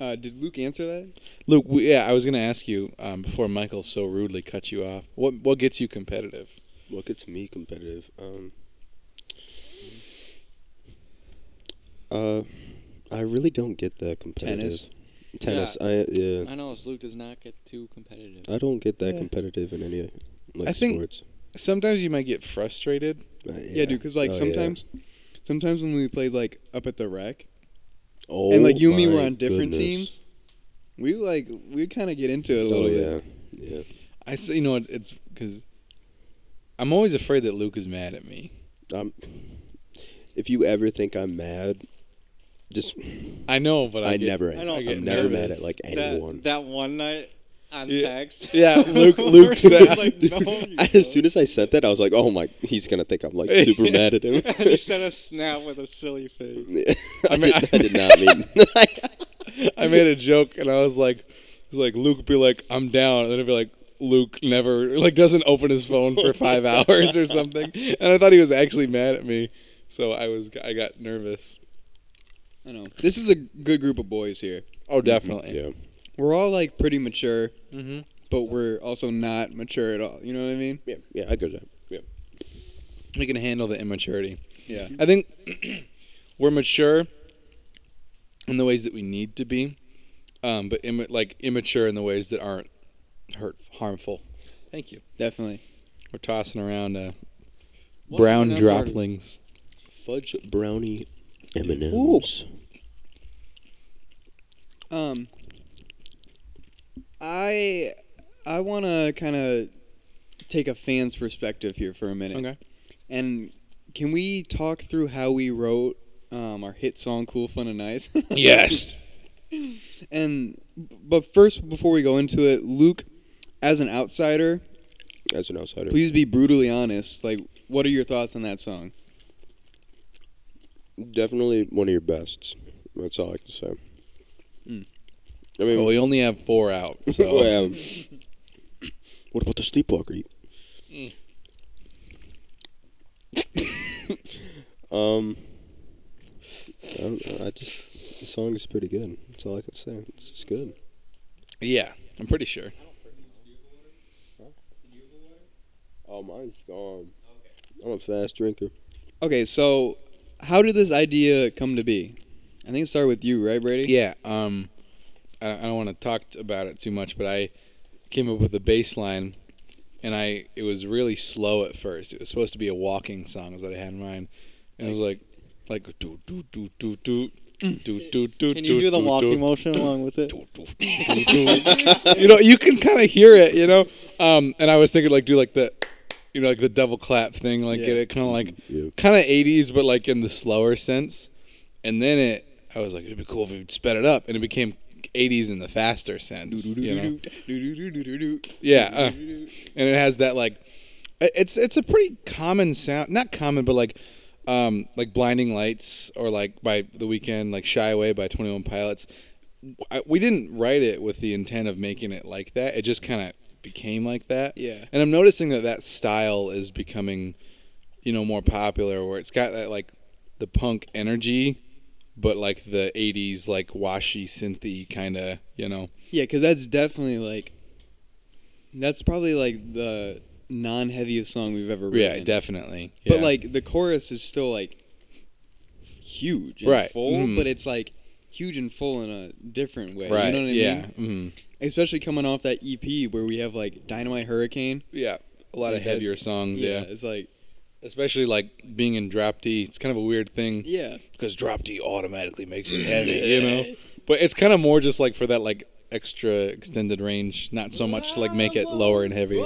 Speaker 2: Uh, did Luke answer that?
Speaker 3: Luke, we, yeah, I was going to ask you um, before Michael so rudely cut you off. What what gets you competitive?
Speaker 4: What gets me competitive? Um, uh, I really don't get that competitive.
Speaker 2: Tennis.
Speaker 4: Tennis. I yeah.
Speaker 1: I know, it's Luke does not get too competitive.
Speaker 4: I don't get that
Speaker 3: Yeah.
Speaker 4: competitive in any like
Speaker 3: I think-
Speaker 4: sports.
Speaker 3: Sometimes you might get frustrated.
Speaker 4: Uh,
Speaker 2: Yeah, dude. Because like
Speaker 4: Oh, yeah.
Speaker 2: sometimes, sometimes when we played like up at the rec,
Speaker 4: Oh,
Speaker 2: and like you and me were
Speaker 4: my
Speaker 2: on different
Speaker 4: goodness.
Speaker 2: teams, we like we'd kind of get into it a
Speaker 4: Oh
Speaker 2: little
Speaker 4: yeah,
Speaker 2: bit.
Speaker 4: yeah.
Speaker 3: I say, you know, it's it's because I'm always afraid that Luke is mad at me.
Speaker 4: Um, if you ever think I'm mad, just
Speaker 3: I know, but I,
Speaker 4: I
Speaker 3: get-
Speaker 4: never
Speaker 1: I
Speaker 4: am.
Speaker 1: know,
Speaker 4: I'm
Speaker 1: I'm
Speaker 4: never
Speaker 1: nervous.
Speaker 4: mad at like anyone.
Speaker 1: That, that one night on
Speaker 3: Yeah.
Speaker 1: text.
Speaker 3: Yeah,
Speaker 1: *laughs*
Speaker 3: Luke- Luke
Speaker 1: It's
Speaker 3: said-
Speaker 4: *laughs*
Speaker 3: *laughs*
Speaker 1: like, no, you
Speaker 4: as
Speaker 1: don't.
Speaker 4: soon as I said that, I was like, "Oh my, he's gonna think I'm like super mad at
Speaker 1: *laughs*
Speaker 4: him."
Speaker 1: *laughs* and
Speaker 4: *laughs*
Speaker 1: he sent a snap with a silly face.
Speaker 4: I,
Speaker 3: I mean,
Speaker 4: mean,
Speaker 3: I-
Speaker 4: did, I did not mean. *laughs*
Speaker 3: *laughs* I made a joke and I was like, it was like Luke would be like, I'm down, and then it'd be like. Luke never like doesn't open his phone for *laughs* five hours or something, and I thought he was actually mad at me, so I was I got nervous.
Speaker 2: I know. This is a good group of boys here.
Speaker 3: Oh, definitely.
Speaker 4: yeah,
Speaker 2: We're all like pretty mature,
Speaker 3: Mm-hmm.
Speaker 2: but we're also not mature at all. You know what I mean?
Speaker 4: yeah, yeah. I go that.
Speaker 3: We can handle the immaturity.
Speaker 2: Yeah.
Speaker 3: *clears throat* I think we're mature in the ways that we need to be, um, but imma- like immature in the ways that aren't hurt harmful. Thank you.
Speaker 2: Definitely.
Speaker 3: We're tossing around uh,
Speaker 2: What
Speaker 3: brown
Speaker 2: M&Ms are these?
Speaker 3: droplings.
Speaker 4: Fudge brownie M&Ms.
Speaker 2: Um, I I want to kind of take a fan's perspective here for a minute.
Speaker 3: Okay.
Speaker 2: And can we talk through how we wrote um, our hit song "Cool, Fun, and Nice"? *laughs*
Speaker 3: Yes.
Speaker 2: and but first, before we go into it, Luke, as an outsider,
Speaker 4: As an outsider,
Speaker 2: please be brutally honest. Like, what are your thoughts on that song?
Speaker 4: definitely one of your bests. That's all I can say.
Speaker 2: Mm.
Speaker 4: I mean,
Speaker 3: Well, we only have four out.
Speaker 4: *laughs*
Speaker 3: So
Speaker 4: Well, um, what about the sleepwalker?
Speaker 3: Mm.
Speaker 4: *laughs* um, I, don't know, I just the song is pretty good. That's all I can say. It's just good.
Speaker 3: yeah, I'm pretty sure.
Speaker 4: Oh, mine's gone. I'm a fast drinker.
Speaker 2: Okay, so how did this idea come to be? I think it started with you, right, Brady?
Speaker 3: Yeah. Um, I, I don't want to talk t- about it too much, but I came up with a bass line, and I it was really slow at first. It was supposed to be a walking song, is what I had in mind, and it was like like do do do do do. Do, do, do,
Speaker 1: Mm. Can you do the
Speaker 3: do,
Speaker 1: walking
Speaker 3: do,
Speaker 1: motion along with it?
Speaker 3: do, do, do, do. you know, you can kind of hear it, you know. Um, and I was thinking like do like the, you know, like the double clap thing, like
Speaker 2: Yeah.
Speaker 3: get it kind of like
Speaker 4: Yeah.
Speaker 3: kind of 80s, but like in the slower sense. And then it, I was like, it'd be cool if we sped it up, and it became 80s in the faster sense, you know. Yeah, uh, and it has that like, i- it's it's a pretty common sound, not common, but like, um, like blinding lights or like by the weekend, like shy away by Twenty One Pilots. I, we didn't write it with the intent of making it like that. It just kind of became like that.
Speaker 2: Yeah.
Speaker 3: And I'm noticing that that style is becoming, you know, more popular where it's got that like the punk energy, but like the 80s like washy synthy kind of, you know.
Speaker 2: Yeah, because that's definitely like, that's probably like the non-heaviest song we've ever
Speaker 3: Yeah,
Speaker 2: written.
Speaker 3: definitely.
Speaker 2: But
Speaker 3: Yeah.
Speaker 2: like the chorus is still like huge and
Speaker 3: Right,
Speaker 2: full,
Speaker 3: mhm.
Speaker 2: but it's like huge and full in a different way.
Speaker 3: right.
Speaker 2: You know what I
Speaker 3: yeah.
Speaker 2: mean?
Speaker 3: mhm.
Speaker 2: Especially coming off that EP where we have like Dynamite Hurricane.
Speaker 3: Yeah. A lot of
Speaker 2: Yeah, that-
Speaker 3: heavier songs, yeah.
Speaker 2: It's like
Speaker 3: Especially like being in drop D. It's kind of a weird thing
Speaker 2: yeah.
Speaker 3: because drop D automatically makes it heavy, *laughs* you know. But it's kind of more just like for that like extra extended range, not so much to like make it lower and heavy.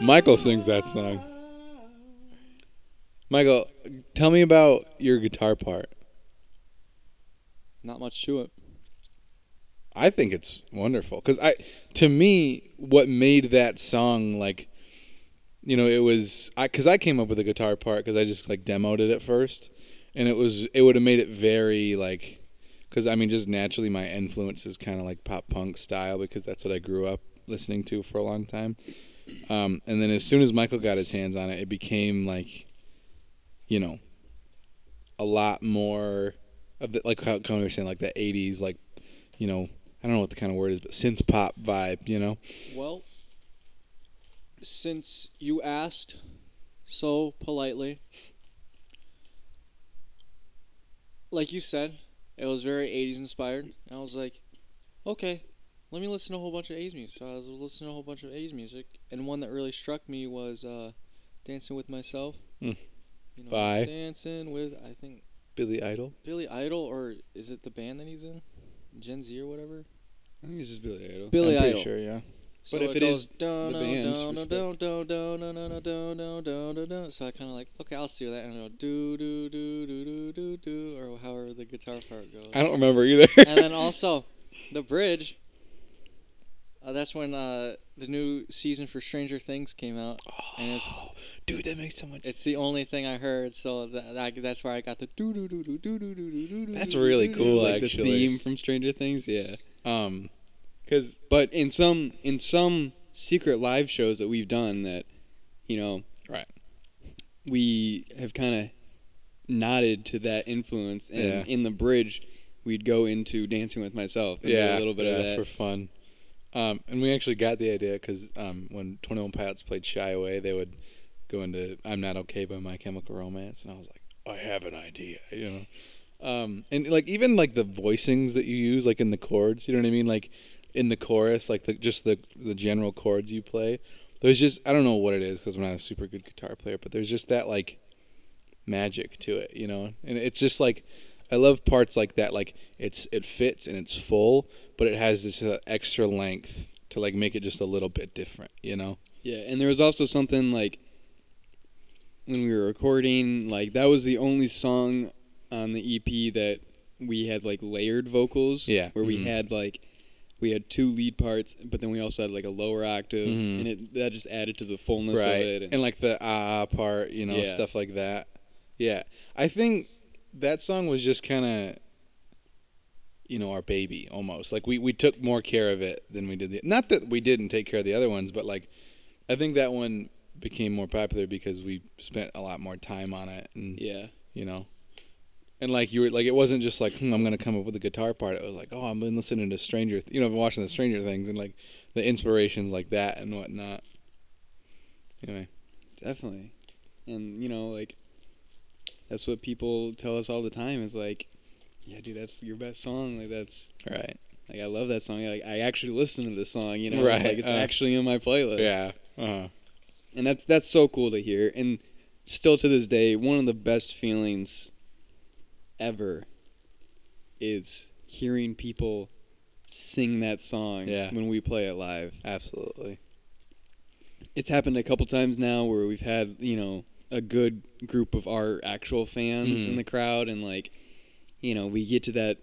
Speaker 3: Michael sings that song. Michael, tell me about your guitar part.
Speaker 1: Not much to it.
Speaker 3: I think it's wonderful cuz I to me what made that song like you know, it was I cuz I came up with the guitar part cuz I just like demoed it at first and it was it would have made it very like cuz I mean just naturally my influence is kind of like pop punk style because that's what I grew up listening to for a long time. Um, and then as soon as Michael got his hands on it, it became like you know a lot more of the, like how how we were saying like the 80s like you know, I don't know what the kind of word is, but synth pop vibe, you know?
Speaker 1: Well, since you asked so politely, like you said, it was very 80s inspired. And I was like, okay, let me listen to a whole bunch of 80s music. So I was listening to a whole bunch of 80s music, and one that really struck me was uh, Dancing with Myself.
Speaker 3: Mm.
Speaker 1: You know,
Speaker 3: By-
Speaker 1: Dancing with, I think,
Speaker 3: Billy Idol.
Speaker 1: Billy Idol, or is it the band that he's in? Gen Z or whatever?
Speaker 2: I think it's just Billy Idol.
Speaker 1: Billy
Speaker 3: I'm pretty
Speaker 1: Idol.
Speaker 3: sure, yeah.
Speaker 2: But if it is
Speaker 1: down,
Speaker 2: the band,
Speaker 1: down,
Speaker 2: it's
Speaker 1: down, down, down, down, down, down, down, down, down, down. so I kind of like, okay, I'll see that, and it'll do, do, do, do, do, do, do, or however the guitar part goes.
Speaker 3: I don't remember either.
Speaker 1: *laughs* and then also, the bridge. Uh, that's when uh, the new season for Stranger Things came out, and
Speaker 3: *laughs*
Speaker 1: it's
Speaker 3: Oh, Dude, that makes so much
Speaker 1: it's the only thing I heard, so that, that, that's where I got the do do do do do do do do do. do,
Speaker 3: That's
Speaker 1: do,
Speaker 3: really
Speaker 1: do, do,
Speaker 3: cool,
Speaker 1: do.
Speaker 2: like
Speaker 3: actually.
Speaker 2: the theme from Stranger Things. Yeah.
Speaker 3: Um, cause,
Speaker 2: But in some in some secret live shows that we've done that, you know,
Speaker 3: Right.
Speaker 2: We have kind of nodded to that influence, and
Speaker 3: Yeah.
Speaker 2: in the bridge, we'd go into Dancing with Myself. And do a
Speaker 3: yeah,
Speaker 2: little bit
Speaker 3: yeah,
Speaker 2: of
Speaker 3: for
Speaker 2: that.
Speaker 3: fun. Um, and we actually got the idea because um, when 21 Pilots played Shy Away, they would go into I'm Not Okay by My Chemical Romance, and I was like, I have an idea, you know? Um, and like even like the voicings that you use, like in the chords, you know what I mean? Like in the chorus, like the, just the the general chords you play. There's just I don't know what it is because I'm not a super good guitar player, but there's just that like magic to it, you know. And it's just like I love parts like that. Like it's it fits and it's full, but it has this uh, extra length to like make it just a little bit different, you know.
Speaker 2: Yeah, and there was also something like when we were recording, like that was the only song on the EP that we had like layered vocals.
Speaker 3: Yeah.
Speaker 2: where
Speaker 3: Mhm.
Speaker 2: we had like we had two lead parts, but then we also had like a lower octave,
Speaker 3: Mhm.
Speaker 2: and it that just added to the fullness of it.
Speaker 3: and, like the ah part, you know,
Speaker 2: Yeah.
Speaker 3: stuff like that. Yeah, I think that song was just kind of, you know, our baby almost. Like we we took more care of it than we did the. Not that we didn't take care of the other ones, but like, I think that one became more popular because we spent a lot more time on it, and
Speaker 2: yeah,
Speaker 3: you know. And like you were like, it wasn't just like hmm, I'm gonna come up with a guitar part. It was like, oh, I've been listening to Stranger, Th- you know, I've been watching the Stranger Things and like the inspirations like that and whatnot. Anyway,
Speaker 2: definitely. And you know, like that's what people tell us all the time is like, yeah, dude, that's your best song. Like that's
Speaker 3: right?
Speaker 2: like I love that song. Like I actually listen to this song. You know, it's
Speaker 3: Right,
Speaker 2: like it's
Speaker 3: uh,
Speaker 2: actually in my playlist.
Speaker 3: Yeah. Uh-huh.
Speaker 2: and that's that's so cool to hear and still to this day one of the best feelings ever is hearing people sing that song
Speaker 3: Yeah.
Speaker 2: when we play it live
Speaker 3: Absolutely.
Speaker 2: it's happened a couple times now where we've had you know a good group of our actual fans
Speaker 3: Mhm.
Speaker 2: in the crowd and like you know we get to that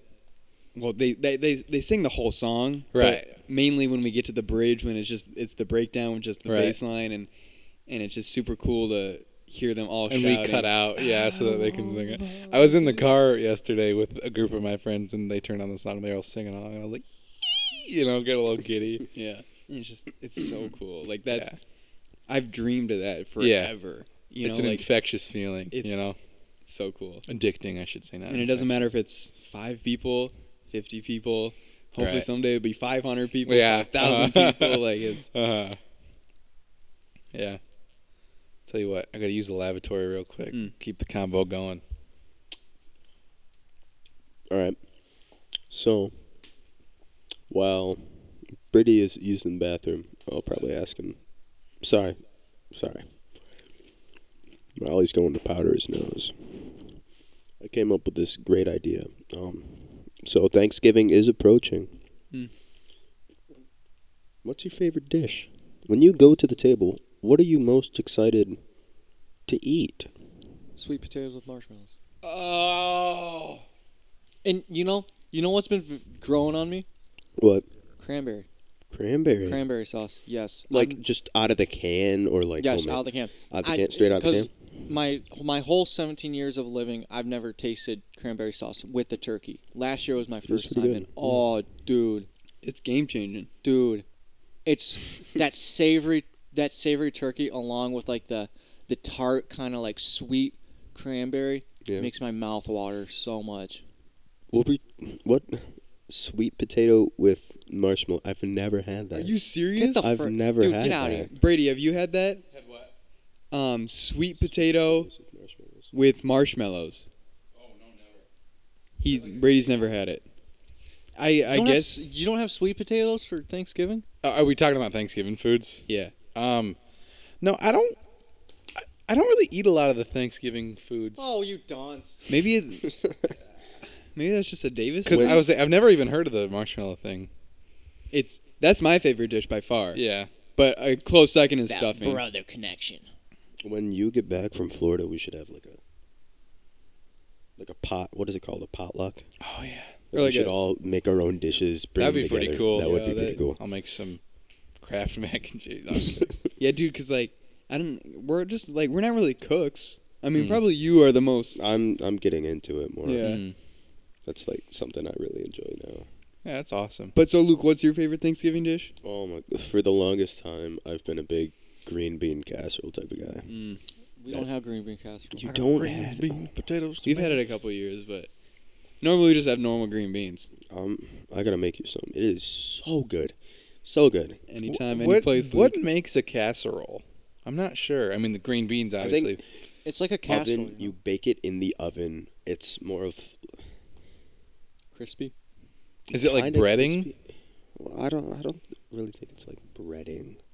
Speaker 2: well they they they, they sing the whole song but
Speaker 3: Right.
Speaker 2: mainly when we get to the bridge when it's just it's the breakdown with just the
Speaker 3: Right.
Speaker 2: bass line and and it's just super cool to hear them all
Speaker 3: and
Speaker 2: shouting.
Speaker 3: we cut out, yeah, so that they can sing it. I was in the car yesterday with a group of my friends, and they turned on the song. and They were all singing along, and I was like, you know, get a little giddy.
Speaker 2: yeah And it's just it's so cool like that's i've dreamed of that
Speaker 3: Yeah.
Speaker 2: forever you
Speaker 3: it's
Speaker 2: know
Speaker 3: an
Speaker 2: like
Speaker 3: infectious feeling,
Speaker 2: it's-
Speaker 3: you know,
Speaker 2: so cool
Speaker 3: addicting. I should say not.
Speaker 2: and it doesn't
Speaker 3: infectious.
Speaker 2: matter if it's five people, fifty people. Hopefully
Speaker 3: Right.
Speaker 2: someday it'll be five hundred people,
Speaker 3: Yeah.
Speaker 2: yeah, thousand
Speaker 3: Uh-huh.
Speaker 2: people. Like it's
Speaker 3: Uh-huh. Yeah. Tell you what, I gotta use the lavatory real quick.
Speaker 2: Mm.
Speaker 3: Keep the combo going.
Speaker 4: All right. So, while Brady is using the bathroom, I'll probably ask him. Sorry, sorry. While he's going to powder his nose, I came up with this great idea. Um, so Thanksgiving is approaching.
Speaker 2: Hmm.
Speaker 4: What's your favorite dish? When you go to the table, what are you most excited to eat?
Speaker 1: Sweet potatoes with marshmallows.
Speaker 5: Oh.
Speaker 1: And you know, you know what's been v- growing on me?
Speaker 4: What
Speaker 1: Cranberry,
Speaker 4: cranberry?
Speaker 1: cranberry sauce. Yes.
Speaker 4: like
Speaker 1: I'm-
Speaker 4: just out of the can, or like
Speaker 1: yes,
Speaker 4: homemade?
Speaker 1: out of the can.
Speaker 4: Out the
Speaker 1: I-
Speaker 4: can, straight out the can.
Speaker 1: 'cause My my whole 17 years of living, I've never tasted cranberry sauce with the turkey. Last year was my first
Speaker 4: pretty
Speaker 1: time,
Speaker 4: good,
Speaker 1: and
Speaker 4: yeah.
Speaker 1: oh, dude,
Speaker 2: it's game changing.
Speaker 1: dude,
Speaker 4: *laughs*
Speaker 1: it's that savory that savory turkey along with like the the tart kind of like sweet cranberry
Speaker 4: Yeah.
Speaker 1: makes my mouth water so much.
Speaker 4: What we what sweet potato with marshmallow? I've never had that.
Speaker 2: Are you serious,
Speaker 1: Get the
Speaker 4: I've
Speaker 1: frick-
Speaker 4: never
Speaker 1: dude,
Speaker 4: had
Speaker 1: get outta
Speaker 4: that.
Speaker 1: here.
Speaker 2: Brady? Have you had that?
Speaker 3: Had what?
Speaker 2: Um, sweet potato with marshmallows.
Speaker 3: Oh no, never.
Speaker 2: He's Brady's never had it. I I
Speaker 1: You don't have
Speaker 2: guess
Speaker 1: s- you don't have sweet potatoes for Thanksgiving.
Speaker 3: Uh, Are we talking about Thanksgiving foods?
Speaker 2: yeah.
Speaker 3: Um, no, I don't. I- I don't really eat a lot of the Thanksgiving foods
Speaker 1: Oh, you dunce!
Speaker 2: Maybe it, maybe that's just a Davis.
Speaker 3: because
Speaker 2: thing.
Speaker 3: I was I've never even heard of the marshmallow thing.
Speaker 2: it's that's my favorite dish by far.
Speaker 3: Yeah,
Speaker 2: But a close second is stuffing.
Speaker 1: brother connection.
Speaker 4: *laughs* When you get back from Florida, we should have like a like a pot. What is it called? A potluck.
Speaker 3: Oh yeah.
Speaker 2: Or like
Speaker 4: we should
Speaker 2: a-
Speaker 4: all make our own dishes. Bring
Speaker 3: That'd
Speaker 4: them
Speaker 3: be pretty
Speaker 4: together.
Speaker 3: cool.
Speaker 4: That would
Speaker 2: Yeah,
Speaker 4: be pretty
Speaker 2: that-
Speaker 4: cool.
Speaker 3: I'll make some Kraft *laughs* mac and cheese. No,
Speaker 4: *laughs*
Speaker 3: I'm just kidding.
Speaker 2: Yeah, dude, because like I don't, we're just like we're not really cooks. I mean,
Speaker 3: Mm.
Speaker 2: probably you are the most.
Speaker 4: I'm I'm getting into it
Speaker 2: *laughs*
Speaker 4: more.
Speaker 2: Yeah.
Speaker 3: Mm.
Speaker 4: That's like something I really enjoy now.
Speaker 3: yeah, that's awesome.
Speaker 2: But so, Luke, what's your favorite Thanksgiving dish?
Speaker 4: Oh my! For the longest time, I've been a big green bean casserole type of guy.
Speaker 1: We don't have green bean casserole.
Speaker 4: You don't have
Speaker 3: bean potatoes.
Speaker 2: We've had it a couple years, but normally we just have normal green beans.
Speaker 4: Um, I gotta make you some. It is so good, so good.
Speaker 2: Anytime,
Speaker 3: what,
Speaker 2: any place.
Speaker 3: What
Speaker 2: Luke.
Speaker 3: makes a casserole? I'm not sure. I mean, the green beans
Speaker 4: I think
Speaker 3: obviously.
Speaker 1: It's like a casserole.
Speaker 4: Oven, you bake it in the oven. It's more of
Speaker 1: crispy.
Speaker 3: Is it like
Speaker 4: Kinda
Speaker 3: breading?
Speaker 4: crispy. Well, I don't. I don't really think it's like breading.
Speaker 3: *laughs*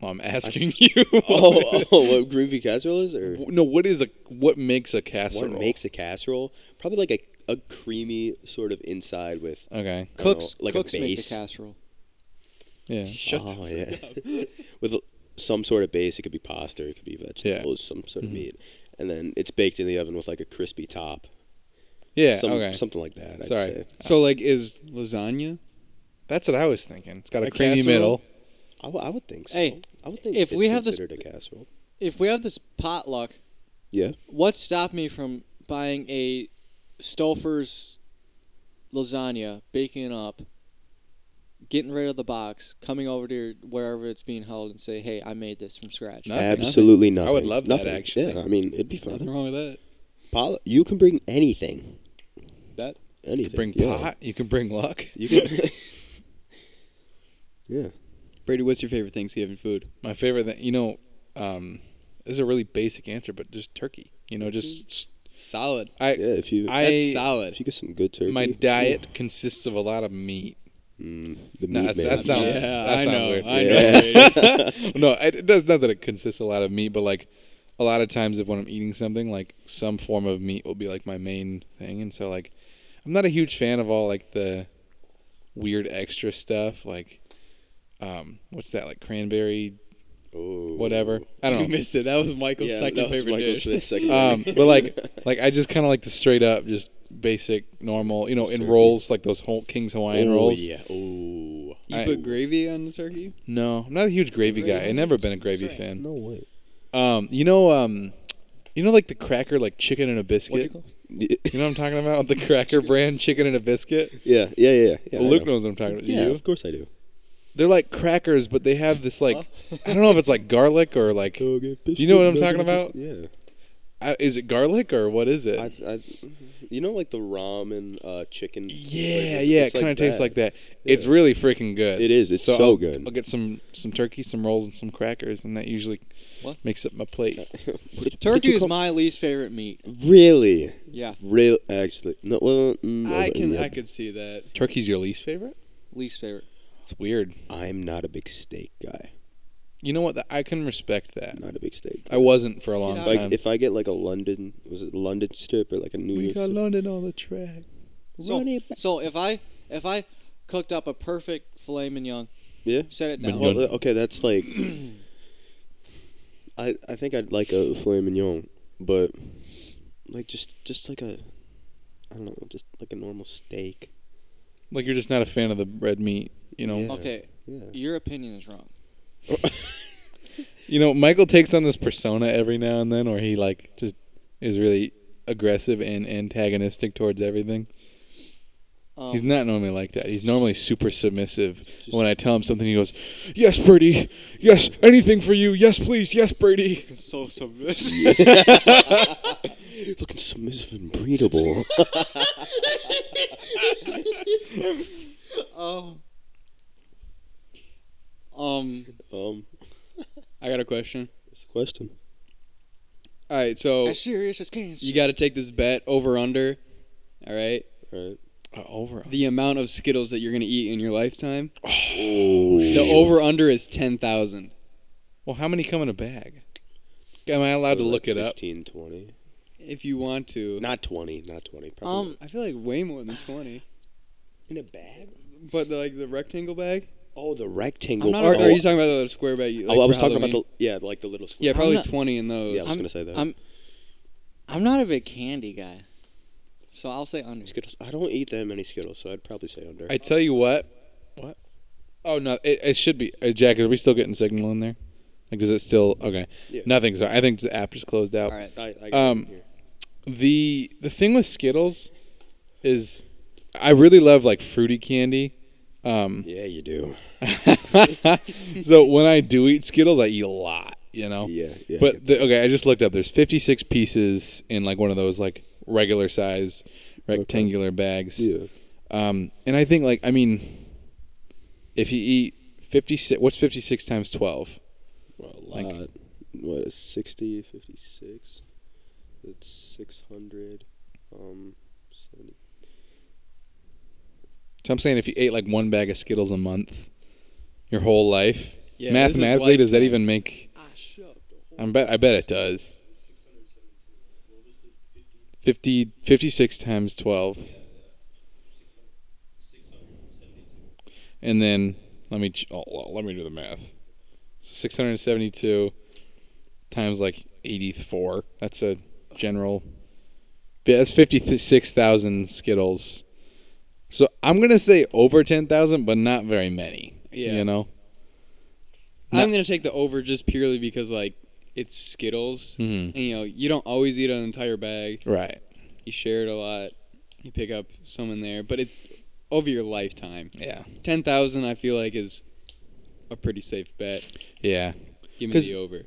Speaker 3: Well, I'm asking you.
Speaker 4: *laughs*
Speaker 3: *laughs*
Speaker 4: oh, oh, *laughs* what groovy casserole is, or
Speaker 3: no, what is a what makes a casserole?
Speaker 4: what makes a casserole? Probably like a, a creamy sort of inside with
Speaker 3: okay?
Speaker 4: I don't know,
Speaker 1: Cooks
Speaker 4: like
Speaker 1: cooks
Speaker 4: a
Speaker 1: make the
Speaker 4: base. *laughs*
Speaker 1: casserole.
Speaker 3: Yeah, Uh-huh.
Speaker 4: Shut oh, yeah. *laughs*
Speaker 1: *laughs*
Speaker 4: with l- some sort of base. It could be pasta. It could be vegetables. Some sort of
Speaker 3: Mhm.
Speaker 4: meat, and then it's baked in the oven with like a crispy top.
Speaker 3: yeah.
Speaker 4: Some-
Speaker 3: okay,
Speaker 4: something like that. I'd
Speaker 3: Sorry.
Speaker 4: say.
Speaker 2: So like, is lasagna?
Speaker 3: that's what I was thinking. It's got a,
Speaker 2: A
Speaker 3: creamy
Speaker 2: casserole?
Speaker 3: middle.
Speaker 4: I, w- I would think so.
Speaker 1: Hey,
Speaker 4: I would think
Speaker 1: if
Speaker 4: it's
Speaker 1: we have this-
Speaker 4: considered a casserole.
Speaker 1: If we have this potluck,
Speaker 4: Yeah.
Speaker 1: What stopped me from buying a Stouffer's lasagna, baking it up, getting rid of the box, coming over to your, wherever it's being held, and say, "Hey, I made this from scratch."
Speaker 3: Nice. Nothing,
Speaker 4: Absolutely
Speaker 3: nothing.
Speaker 4: nothing.
Speaker 3: I would love that,
Speaker 4: Nothing.
Speaker 3: actually.
Speaker 4: Yeah, I mean it'd be fun.
Speaker 2: Nothing wrong with that.
Speaker 4: Pol- you can bring anything.
Speaker 2: That-
Speaker 4: anything.
Speaker 3: You can bring
Speaker 4: yeah.
Speaker 3: pot. You can bring luck. *laughs*
Speaker 4: *laughs* You can. yeah.
Speaker 2: *laughs* Brady, what's your favorite Thanksgiving food?
Speaker 3: My favorite thing, you know, um, this is a really basic answer, but just turkey. You know, just, just-
Speaker 2: Solid.
Speaker 3: I
Speaker 4: Yeah. If you
Speaker 3: I-
Speaker 2: That's
Speaker 3: Hey,
Speaker 4: if
Speaker 2: solid.
Speaker 4: you get some good turkey.
Speaker 3: my diet consists of a lot of meat.
Speaker 4: Mm, the
Speaker 3: No,
Speaker 4: meat
Speaker 3: that's-
Speaker 4: man.
Speaker 3: that sounds-
Speaker 2: yeah,
Speaker 3: that
Speaker 2: I
Speaker 3: sounds
Speaker 2: know.
Speaker 3: weird.
Speaker 2: I
Speaker 4: Yeah.
Speaker 2: know. Brady.
Speaker 4: *laughs*
Speaker 3: *laughs* no, it, it does not that it consists a lot of meat, but like a lot of times if when I'm eating something, like some form of meat will be like my main thing, and so like I'm not a huge fan of all like the weird extra stuff, like um, what's that like cranberry
Speaker 4: Oh.
Speaker 3: whatever? I
Speaker 2: You
Speaker 3: don't
Speaker 2: *laughs*
Speaker 3: know.
Speaker 2: missed it. That was Michael's
Speaker 4: Yeah,
Speaker 2: second
Speaker 4: that was
Speaker 2: favorite
Speaker 4: Michael's
Speaker 2: dish.
Speaker 3: *laughs*
Speaker 4: second
Speaker 3: Um,
Speaker 4: favorite.
Speaker 3: but
Speaker 4: *laughs*
Speaker 3: like like I just kind of like the straight up just basic normal, you know, in
Speaker 4: Turkey.
Speaker 3: rolls like those whole King's Hawaiian
Speaker 4: oh,
Speaker 3: rolls.
Speaker 4: Yeah. Oh.
Speaker 2: You
Speaker 3: I-
Speaker 2: put gravy on the turkey?
Speaker 3: No, I'm not a huge gravy
Speaker 2: Gravy
Speaker 3: guy. I've never been a gravy fan.
Speaker 4: No way.
Speaker 3: Um, you know, um, you know, like the cracker, like chicken and a biscuit. You, know what I'm talking about? The cracker brand, chicken and a biscuit.
Speaker 4: Yeah. Yeah. Yeah. yeah I
Speaker 3: Luke
Speaker 4: know.
Speaker 3: knows what I'm talking about. Do
Speaker 4: Yeah.
Speaker 3: you?
Speaker 4: Of course I do.
Speaker 3: They're like crackers, but they have this like I don't know if it's like garlic or like you know what I'm talking about?
Speaker 4: Yeah.
Speaker 3: I, is it garlic or what is it?
Speaker 4: I, I, you know, like the ramen uh, chicken.
Speaker 3: yeah,
Speaker 4: flavor?
Speaker 3: yeah, it
Speaker 4: It's
Speaker 3: kind of tastes like um, that. It's
Speaker 4: Yeah.
Speaker 3: really freaking good.
Speaker 4: It is. It's so,
Speaker 3: I'll, I'll
Speaker 4: good.
Speaker 3: get some some turkey, some rolls, and some crackers, and that usually
Speaker 1: What?
Speaker 3: makes up my
Speaker 4: *laughs*
Speaker 3: plate.
Speaker 1: Turkey is
Speaker 4: Call-
Speaker 1: my least favorite meat.
Speaker 4: really,
Speaker 1: Yeah,
Speaker 4: really, actually, no. Well, mm, no,
Speaker 2: I
Speaker 4: but
Speaker 2: can
Speaker 4: yeah.
Speaker 2: I could see that.
Speaker 3: Turkey's your least favorite?
Speaker 1: least favorite.
Speaker 3: It's weird.
Speaker 4: I'm not a big steak guy.
Speaker 3: You know what? The, I can respect that.
Speaker 4: I'm not a big steak.
Speaker 3: I wasn't for a long
Speaker 1: know,
Speaker 3: time.
Speaker 4: like if I get like a London, was it London strip or like a New
Speaker 3: we
Speaker 4: York?
Speaker 3: got
Speaker 4: strip?
Speaker 3: London on the track.
Speaker 1: So,
Speaker 4: Run it back.
Speaker 1: so if I if I cooked up a perfect filet mignon,
Speaker 4: Yeah.
Speaker 1: set it
Speaker 3: Mignon.
Speaker 1: down.
Speaker 4: Well, uh, okay, that's *clears throat* like. I I think I'd like a filet mignon, but like just just like a, I don't know, just like a normal steak.
Speaker 3: Like you're just not a fan of the red meat. You know.
Speaker 4: Yeah.
Speaker 1: Okay,
Speaker 4: Yeah. *laughs*
Speaker 1: your opinion is wrong.
Speaker 3: You know, Michael takes on this persona every now and then, where he like just is really aggressive and antagonistic towards everything.
Speaker 1: Um,
Speaker 3: He's not normally like that. He's normally super submissive. When I tell him something, he goes, "Yes, Brady. Yes, anything for you. Yes, please. Yes, Brady."
Speaker 1: *laughs* so submissive.
Speaker 4: Looking submissive and breedable. *laughs*
Speaker 1: *laughs* um. Um.
Speaker 4: um,
Speaker 2: I got a question.
Speaker 4: it's a question.
Speaker 2: All right, so
Speaker 1: As serious as cancer.
Speaker 2: you got to take this bet over under. All right,
Speaker 4: All right.
Speaker 3: Uh, over.
Speaker 2: the amount of Skittles that you're gonna eat in your lifetime.
Speaker 4: Oh,
Speaker 2: The over under is ten thousand.
Speaker 3: Well, how many come in a bag? Am I allowed to look it up?
Speaker 4: 15, 20.
Speaker 2: If you want to,
Speaker 4: Not 20, not 20. Probably
Speaker 1: um.
Speaker 2: I feel like way more than twenty.
Speaker 4: in a bag?
Speaker 2: But the, like the rectangle bag,
Speaker 4: Oh, the rectangle.
Speaker 1: I'm not
Speaker 2: or
Speaker 1: a-
Speaker 2: are you talking about the little square bag? you-
Speaker 4: Oh,
Speaker 2: Like
Speaker 4: I was
Speaker 2: for
Speaker 4: talking
Speaker 2: Halloween?
Speaker 4: about the yeah, like the little square.
Speaker 2: yeah, probably
Speaker 1: not-
Speaker 2: twenty in those.
Speaker 4: Yeah, I was
Speaker 1: I'm-
Speaker 4: gonna say that.
Speaker 1: I'm- I'm not a big candy guy, so I'll say under.
Speaker 4: Skittles. I don't eat that many Skittles, so I'd probably say under.
Speaker 3: I tell you what. What? Oh no, it, it should be. Uh, Jack, are we still getting signal in there? Like, is it still okay?
Speaker 4: Yeah.
Speaker 3: Nothing. Sorry, I think the app just closed out.
Speaker 1: All right.
Speaker 4: I, I
Speaker 3: Um,
Speaker 4: here.
Speaker 3: The the thing with Skittles is, I really love like fruity candy. Um, *laughs*
Speaker 4: yeah, you do.
Speaker 3: so when I do eat Skittles, I eat a lot. You know.
Speaker 4: Yeah, yeah.
Speaker 3: Oh. But the, okay, I just looked up. There's 56 pieces in like one of those like regular sized rectangular bags.
Speaker 4: yeah,
Speaker 3: Um, and I think like I mean, if you eat fifty six, what's fifty six times twelve?
Speaker 4: well, a
Speaker 3: like-
Speaker 4: lot. what is 60, 56? That's 600. Um, 70.
Speaker 3: So I'm saying if you ate like one bag of Skittles a month your whole life,
Speaker 1: Yeah, this is
Speaker 3: mathematically does that
Speaker 1: lifetime.
Speaker 3: even make
Speaker 1: Ah,
Speaker 3: I bet I bet it does. 50, 56 times 12. And then let me ch- oh, well, let me do the math. So 672 times like 84. That's a general yeah, that's 56,000 Skittles. So I'm going to say over 10,000 but not very many.
Speaker 2: Yeah.
Speaker 3: You know.
Speaker 2: I'm gonna take the over just purely because like it's Skittles.
Speaker 3: Mhm.
Speaker 2: And, you know, you don't always eat an entire bag.
Speaker 3: Right.
Speaker 2: You share it a lot. You pick up some in there, but it's over your lifetime.
Speaker 3: Yeah.
Speaker 2: Ten thousand, I feel like is a pretty safe bet.
Speaker 3: Yeah.
Speaker 2: Give me
Speaker 3: 'Cause-
Speaker 2: the over.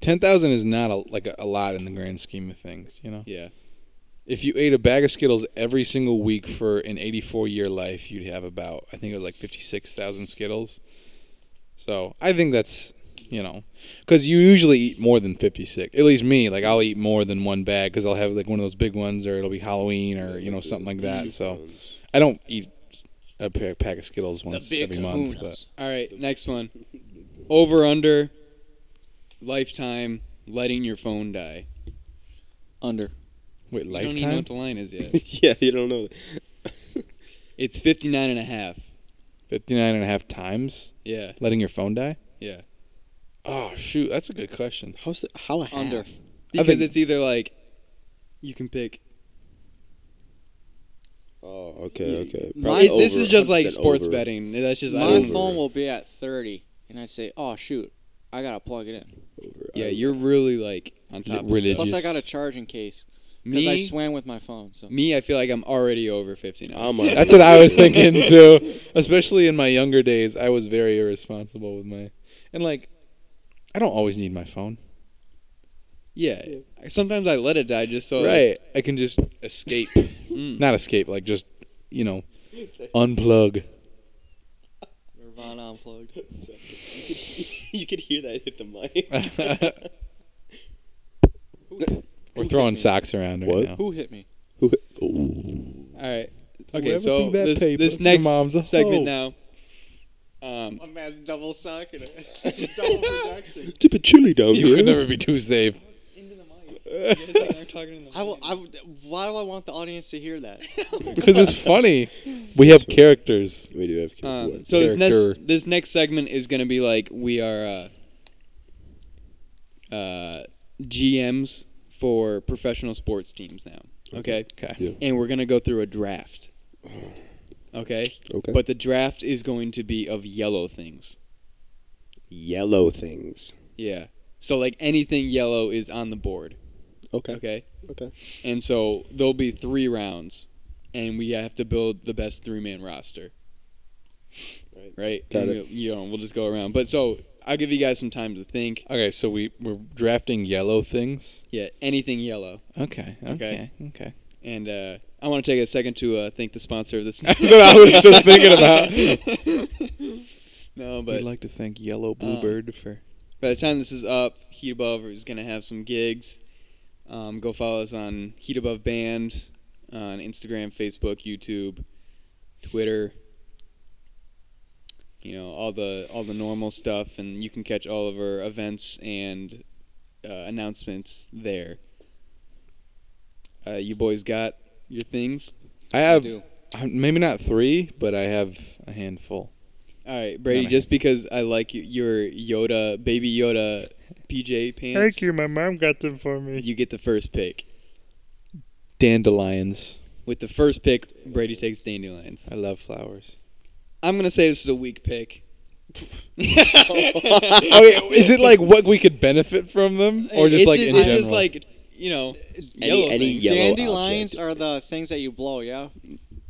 Speaker 3: ten thousand is not a, like a, a lot in the grand scheme of things. You know,
Speaker 2: Yeah.
Speaker 3: if you ate a bag of Skittles every single week for an eighty-four year life, you'd have about I think it was like fifty-six thousand Skittles. So I think that's you know, because you usually eat more than fifty-six. At least me, like I'll eat more than one bag because I'll have like one of those big ones, or it'll be Halloween, or you know something like that. So I don't eat a pa- pack of Skittles once every month. But
Speaker 2: All right, next one. Over under lifetime letting your phone die.
Speaker 1: Under.
Speaker 3: wait,
Speaker 2: You don't even know
Speaker 3: lifetime?
Speaker 2: what the line is
Speaker 4: *laughs*
Speaker 2: yet.
Speaker 4: *laughs* yeah, you don't know.
Speaker 2: it's 59 and a half.
Speaker 3: Fifty-nine and a half times
Speaker 2: Yeah,
Speaker 3: letting your phone die.
Speaker 2: yeah.
Speaker 3: Oh shoot, that's a good question.
Speaker 4: *laughs* How's the, how a half?
Speaker 1: Under.
Speaker 2: Because
Speaker 3: think-
Speaker 2: it's either like you can pick.
Speaker 4: Oh, okay, okay.
Speaker 1: My-
Speaker 4: Probably
Speaker 2: It- this
Speaker 4: over.
Speaker 2: is just
Speaker 4: I
Speaker 2: like
Speaker 4: said
Speaker 2: sports
Speaker 4: over.
Speaker 2: betting. That's just I
Speaker 1: My
Speaker 2: don't-
Speaker 4: over.
Speaker 1: phone will be at 30, and I say, oh, shoot, I got to plug it in.
Speaker 4: Over.
Speaker 2: Yeah,
Speaker 4: I-
Speaker 2: you're really like on top. of
Speaker 3: Religious.
Speaker 2: stuff.
Speaker 1: Plus, I got a charging case because
Speaker 2: me.
Speaker 1: I swam with my phone. So
Speaker 2: me, I feel like I'm already over 59.
Speaker 4: I'm a-
Speaker 3: *laughs* That's what I
Speaker 4: *laughs*
Speaker 3: was thinking too. Especially in my younger days, I was very irresponsible with my and like I don't always need my phone.
Speaker 2: yeah. Sometimes I let it die just so. like, *laughs*
Speaker 3: right. I can just escape. *laughs*
Speaker 2: mm.
Speaker 3: Not escape, like just you *laughs* know *laughs* unplug.
Speaker 1: Nirvana unplugged.
Speaker 4: you could hear that hit the mic.
Speaker 3: We're throwing socks around right
Speaker 4: What?
Speaker 3: now.
Speaker 1: Who hit me?
Speaker 4: Ooh.
Speaker 2: All right. Okay,
Speaker 3: Whoever
Speaker 2: so
Speaker 3: threw that
Speaker 2: this,
Speaker 3: paper,
Speaker 2: this
Speaker 3: your
Speaker 2: next
Speaker 3: mom's a
Speaker 2: segment
Speaker 3: hoe.
Speaker 2: now. Um,
Speaker 5: One man's double suck and
Speaker 1: *laughs*
Speaker 4: double
Speaker 5: projection.
Speaker 4: It's a bit chilly down
Speaker 3: You
Speaker 4: here.
Speaker 3: could never be too safe. *laughs*
Speaker 1: I will. I. would- Why do I want the audience to
Speaker 2: *laughs*
Speaker 1: hear
Speaker 3: *laughs*
Speaker 1: that? *laughs*
Speaker 3: Because it's funny. We have characters.
Speaker 4: we do have kids.
Speaker 2: Um,
Speaker 4: What?
Speaker 2: so this
Speaker 3: Character.
Speaker 2: next this next segment is going to be like we are uh, uh, GMs for professional sports teams now. Okay,
Speaker 3: Okay.
Speaker 4: Yeah.
Speaker 2: and we're going to go through a draft. Okay?
Speaker 4: okay.
Speaker 2: but the draft is going to be of yellow things.
Speaker 4: yellow things.
Speaker 2: Yeah. So like anything yellow is on the board.
Speaker 4: Okay. *laughs*
Speaker 2: Okay.
Speaker 4: Okay.
Speaker 2: And so there'll be three rounds, and we have to build the best three man roster.
Speaker 4: Right.
Speaker 2: Right.
Speaker 4: Got
Speaker 2: And
Speaker 4: it.
Speaker 2: We'll, you know, we'll just go around. But so I'll give you guys some time to think.
Speaker 3: Okay, so we, we're drafting yellow things.
Speaker 2: Yeah. Anything yellow.
Speaker 3: Okay.
Speaker 2: Okay.
Speaker 3: Okay. Okay.
Speaker 2: And uh, I want to take a second to uh, thank the sponsor of this. *laughs*
Speaker 3: That's what I was just thinking
Speaker 4: *laughs*
Speaker 2: about. no,
Speaker 3: We'd
Speaker 2: but uh,
Speaker 3: like to thank Yellow Bluebird for
Speaker 2: by the time this is up, Heat Above is going to have some gigs. Um, go follow us on Heat Above Band on Instagram, Facebook, YouTube, Twitter. You know all the all the normal stuff, and you can catch all of our events and uh, announcements there. Uh, you boys got your things.
Speaker 3: I have
Speaker 1: do.
Speaker 3: uh, maybe not three, but I have a handful.
Speaker 2: All right, Brady.
Speaker 3: Got it.
Speaker 2: Just because I like y- your Yoda, baby Yoda, PJ pants.
Speaker 6: Thank you. My mom got them for me.
Speaker 2: You get the first pick.
Speaker 3: Dandelions.
Speaker 2: With the first pick, Brady takes dandelions.
Speaker 3: I love flowers.
Speaker 2: I'm gonna say this is a weak pick.
Speaker 3: Oh, yeah, *laughs* is it like what we could benefit from them, or just
Speaker 2: It's
Speaker 3: like in
Speaker 2: it's
Speaker 3: general?
Speaker 2: just like you know, yellow
Speaker 4: Any, any
Speaker 2: things.
Speaker 4: yellow
Speaker 1: Dandelions
Speaker 4: object.
Speaker 1: are the things that you blow. Yeah.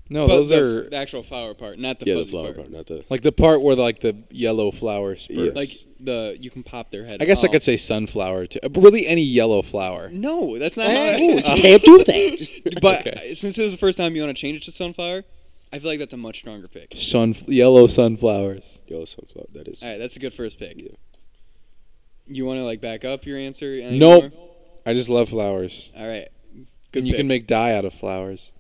Speaker 3: no,
Speaker 2: but
Speaker 3: Oh, those
Speaker 2: the,
Speaker 3: are
Speaker 2: the actual flower part, not the
Speaker 4: yeah, the
Speaker 2: fuzzy
Speaker 4: flower
Speaker 2: part.
Speaker 4: part, not the.
Speaker 3: like the part where like the yellow flower spurts.
Speaker 4: Yes.
Speaker 2: Like the you can pop their head.
Speaker 3: I guess I
Speaker 2: off.
Speaker 3: could say sunflower too. Uh, Really, any yellow flower.
Speaker 2: No, that's not.
Speaker 4: Ooh,
Speaker 2: how
Speaker 4: you
Speaker 2: I-
Speaker 4: can't do that.
Speaker 2: *laughs* but
Speaker 3: Okay.
Speaker 2: since this is the first time you want to change it to sunflower, I feel like that's a much stronger pick.
Speaker 3: Sun yellow sunflowers.
Speaker 4: Yellow sunflower. That is.
Speaker 2: All right, that's a good first pick.
Speaker 4: Yeah.
Speaker 2: You want to like back up your answer?
Speaker 3: Nope.
Speaker 2: anymore?
Speaker 3: I just love flowers.
Speaker 2: All right. Good.
Speaker 3: And you
Speaker 2: pick.
Speaker 3: can make dye out of flowers.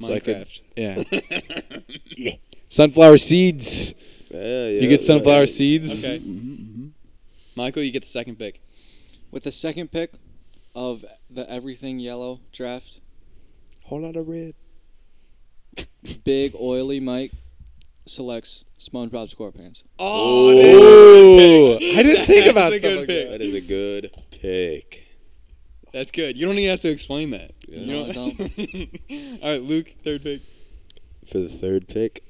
Speaker 3: So I could-
Speaker 2: Minecraft. *laughs*
Speaker 3: yeah. Sunflower seeds.
Speaker 4: Yeah, yeah,
Speaker 3: you get sunflower
Speaker 4: yeah.
Speaker 3: seeds.
Speaker 2: okay. Mm-hmm. Michael, you get the second pick.
Speaker 1: With the second pick of the everything yellow draft,
Speaker 3: Whole lot of red.
Speaker 1: big oily Mike selects SpongeBob SquarePants.
Speaker 3: Oh, I didn't
Speaker 2: *laughs*
Speaker 3: think
Speaker 2: That's
Speaker 3: about
Speaker 2: a good
Speaker 3: something like
Speaker 2: pick.
Speaker 3: that.
Speaker 4: That is a good pick.
Speaker 2: That's good. You don't even have to explain that. You
Speaker 1: No, I
Speaker 2: *laughs* All right, Luke, third pick.
Speaker 4: For the third pick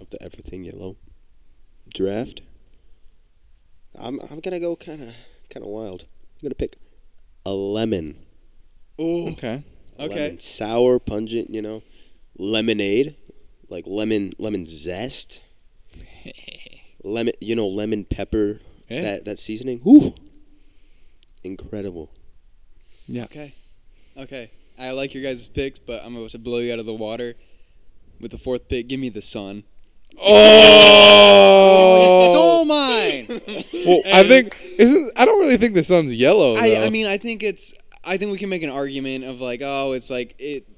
Speaker 4: of the everything yellow draft, I'm I'm gonna go kind of kind of wild. I'm gonna pick a lemon.
Speaker 2: Oh,
Speaker 3: Okay.
Speaker 2: Okay.
Speaker 4: Lemon, sour, pungent, you know, lemonade, like lemon lemon
Speaker 2: *laughs*
Speaker 4: zest, lemon, you know, lemon pepper.
Speaker 3: Yeah.
Speaker 4: That that seasoning, whoo, incredible.
Speaker 2: Okay. Okay. I like your guys' picks, but I'm about to blow you out of the water with the fourth pick. Give me the sun. *laughs*
Speaker 3: Oh.
Speaker 1: mine.
Speaker 3: *laughs* Well, I think Oh, isn't. I don't really think the sun's yellow.
Speaker 2: I, I
Speaker 3: though.
Speaker 2: mean, I think it's. I think we can make an argument of like, oh, it's like it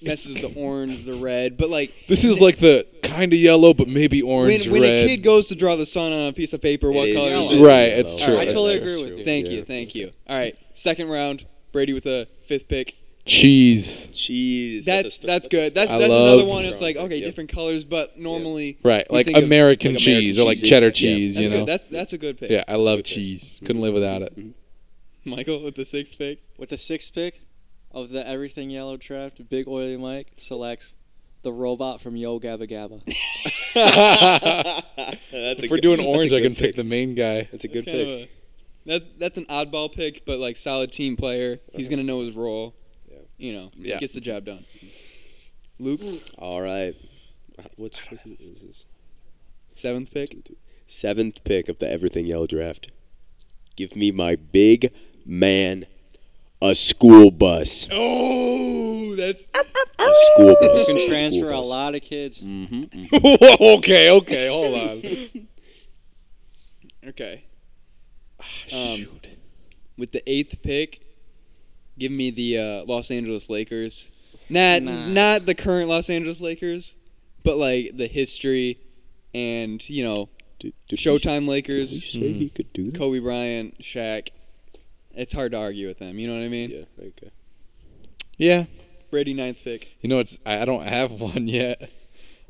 Speaker 2: messes the orange, the red, but like
Speaker 3: this is like the kind of yellow, but maybe
Speaker 2: when,
Speaker 3: orange
Speaker 2: when
Speaker 3: red.
Speaker 2: a kid goes to draw the sun on a piece of paper, what
Speaker 4: It Oh,
Speaker 2: color
Speaker 1: yellow.
Speaker 2: is it?
Speaker 3: Right, it's true.
Speaker 1: I totally
Speaker 4: That's
Speaker 1: agree with
Speaker 4: true.
Speaker 1: you.
Speaker 2: Thank you,
Speaker 4: Yeah.
Speaker 2: thank you. All right, second round. Brady with a fifth pick.
Speaker 3: Cheese.
Speaker 4: Cheese.
Speaker 2: That's
Speaker 4: a str-
Speaker 2: that's good. That's
Speaker 3: I
Speaker 2: that's
Speaker 3: love-
Speaker 2: another one. It's like okay,
Speaker 4: Yep.
Speaker 2: different colors, but normally
Speaker 3: Right,
Speaker 2: We
Speaker 3: like
Speaker 2: think of-
Speaker 3: American,
Speaker 2: like
Speaker 3: cheese
Speaker 2: American
Speaker 3: or like
Speaker 2: cheese.
Speaker 3: cheddar
Speaker 2: Yeah,
Speaker 3: cheese.
Speaker 2: that's
Speaker 3: you
Speaker 2: good.
Speaker 3: know.
Speaker 2: That's that's a good pick.
Speaker 3: yeah, I love
Speaker 4: Okay.
Speaker 3: cheese. *laughs* Couldn't live
Speaker 2: *laughs*
Speaker 3: without it.
Speaker 4: Mm-hmm.
Speaker 3: *laughs*
Speaker 2: Michael with the sixth pick.
Speaker 1: With the sixth pick of the everything yellow draft, big oily Mike selects the robot from Yo Gabba Gabba.
Speaker 4: that's
Speaker 3: if we're doing
Speaker 4: that's
Speaker 3: orange, I
Speaker 4: good
Speaker 3: can
Speaker 4: pick.
Speaker 3: pick the main guy.
Speaker 4: That's a good
Speaker 2: Kind
Speaker 4: pick.
Speaker 2: of a- that that's an oddball pick, but like solid team player. He's gonna know his role.
Speaker 4: Yeah.
Speaker 2: You know,
Speaker 3: Yeah.
Speaker 2: gets the job done. Luke,
Speaker 4: All right. What's is this?
Speaker 2: seventh pick.
Speaker 4: Seventh pick of the Everything Yellow draft. Give me my big man, a school bus.
Speaker 2: Oh, that's
Speaker 4: A school bus.
Speaker 1: Oh! You
Speaker 4: A
Speaker 1: can
Speaker 4: school
Speaker 1: transfer a
Speaker 4: bus.
Speaker 1: lot of kids.
Speaker 4: Mhm.
Speaker 3: *laughs* okay, okay, hold on.
Speaker 2: okay. *laughs* Um, With the eighth pick, give me the uh, Los Angeles Lakers. Not
Speaker 1: Nah.
Speaker 2: not the current Los Angeles Lakers, but like the history, and you know,
Speaker 4: Did- did he-
Speaker 2: Showtime
Speaker 4: did
Speaker 2: Lakers.
Speaker 4: he say he could do that?
Speaker 2: Kobe Bryant, Shaq. It's hard to argue with them. You know what I mean?
Speaker 4: Yeah. Okay.
Speaker 3: Yeah,
Speaker 2: Brady ninth pick.
Speaker 3: you know it's. I I don't have *laughs* one yet.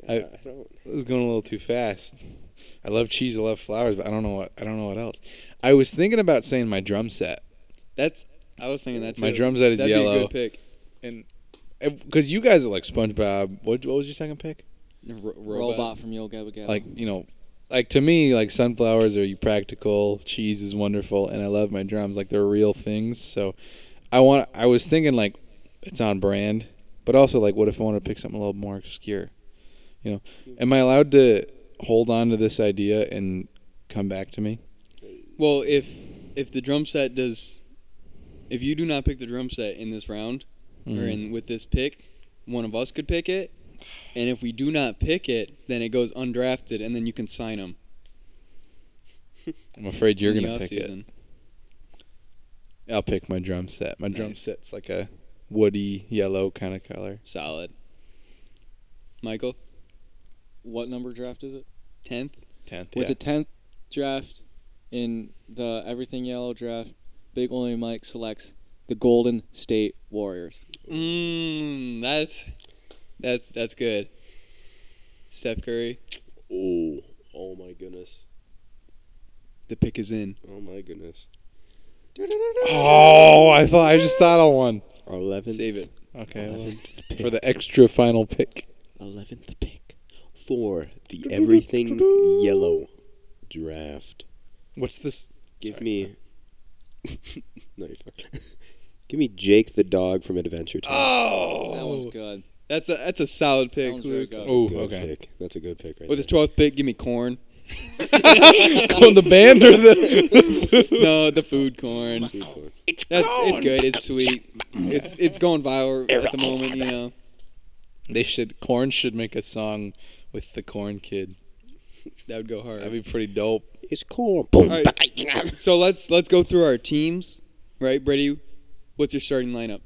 Speaker 3: I-
Speaker 4: I don't.
Speaker 3: It was going a little too fast. I love cheese. I love flowers, but I don't know what. I don't know what else. I was thinking about saying my drum set
Speaker 2: That's I was thinking that too.
Speaker 3: My drum set is
Speaker 2: That'd Be a
Speaker 3: yellow.
Speaker 2: good pick.
Speaker 3: because you guys are like SpongeBob. What, what was your second pick?
Speaker 2: Ro-
Speaker 1: Robot.
Speaker 2: robot.
Speaker 1: from Yo Gabba Gabba.
Speaker 3: Like you know, like to me, like sunflowers are practical. Cheese is wonderful, and I love my drums. Like they're real things. So I want. I was thinking like it's on brand, but also like what if I want to pick something a little more obscure? You know, am I allowed to hold on to this idea and come back to me?
Speaker 2: Well, if if the drum set does, if you do not pick the drum set in this round or
Speaker 3: Mhm.
Speaker 2: in with this pick, one of us could pick it, and if we do not pick it, then it goes undrafted, and then you can sign them.
Speaker 3: Mm-hmm. I'm afraid you're
Speaker 2: in the
Speaker 3: gonna pick it.
Speaker 2: offseason.
Speaker 3: I'll pick my drum set. My drum
Speaker 2: Nice.
Speaker 3: set's like a woody yellow kind of color.
Speaker 2: Solid. Michael,
Speaker 1: what number draft is it?
Speaker 2: tenth.
Speaker 3: Tenth.
Speaker 1: With the tenth draft in the everything yellow draft, Big Only Mike selects the Golden State Warriors.
Speaker 2: Mmm, that's that's that's good. Steph Curry,
Speaker 4: Oh. Oh my goodness.
Speaker 2: the pick is in.
Speaker 4: Oh my goodness.
Speaker 3: Oh, I thought I just thought of one.
Speaker 4: Our eleventh.
Speaker 2: Save it.
Speaker 3: Okay. well,
Speaker 4: Eleventh pick.
Speaker 3: for the extra final pick.
Speaker 4: eleventh pick for the everything yellow draft.
Speaker 3: What's this?
Speaker 4: Give
Speaker 3: Sorry.
Speaker 4: me. *laughs* no, you're fine. Give me Jake the dog from Adventure Time.
Speaker 3: Oh.
Speaker 1: That one's good.
Speaker 2: That's a that's a solid
Speaker 1: That
Speaker 2: pick.
Speaker 1: one's very
Speaker 2: Luke.
Speaker 1: good.
Speaker 3: Oh,
Speaker 4: Good
Speaker 3: okay.
Speaker 4: pick. That's a good pick right
Speaker 2: With the
Speaker 4: there.
Speaker 2: twelfth pick, give me
Speaker 3: *laughs*
Speaker 2: corn.
Speaker 3: On the band or
Speaker 4: *laughs*
Speaker 3: the?
Speaker 2: No, the food
Speaker 3: Oh
Speaker 2: corn.
Speaker 4: Good corn.
Speaker 2: That's it's good. It's sweet. It's it's going viral at the moment. You know.
Speaker 3: they should. Corn should make a song with the Corn Kid.
Speaker 2: That would go hard.
Speaker 3: That'd be pretty dope.
Speaker 4: It's corn. Boom.
Speaker 2: All right, so let's let's go through our teams, right, Brady? What's your starting lineup?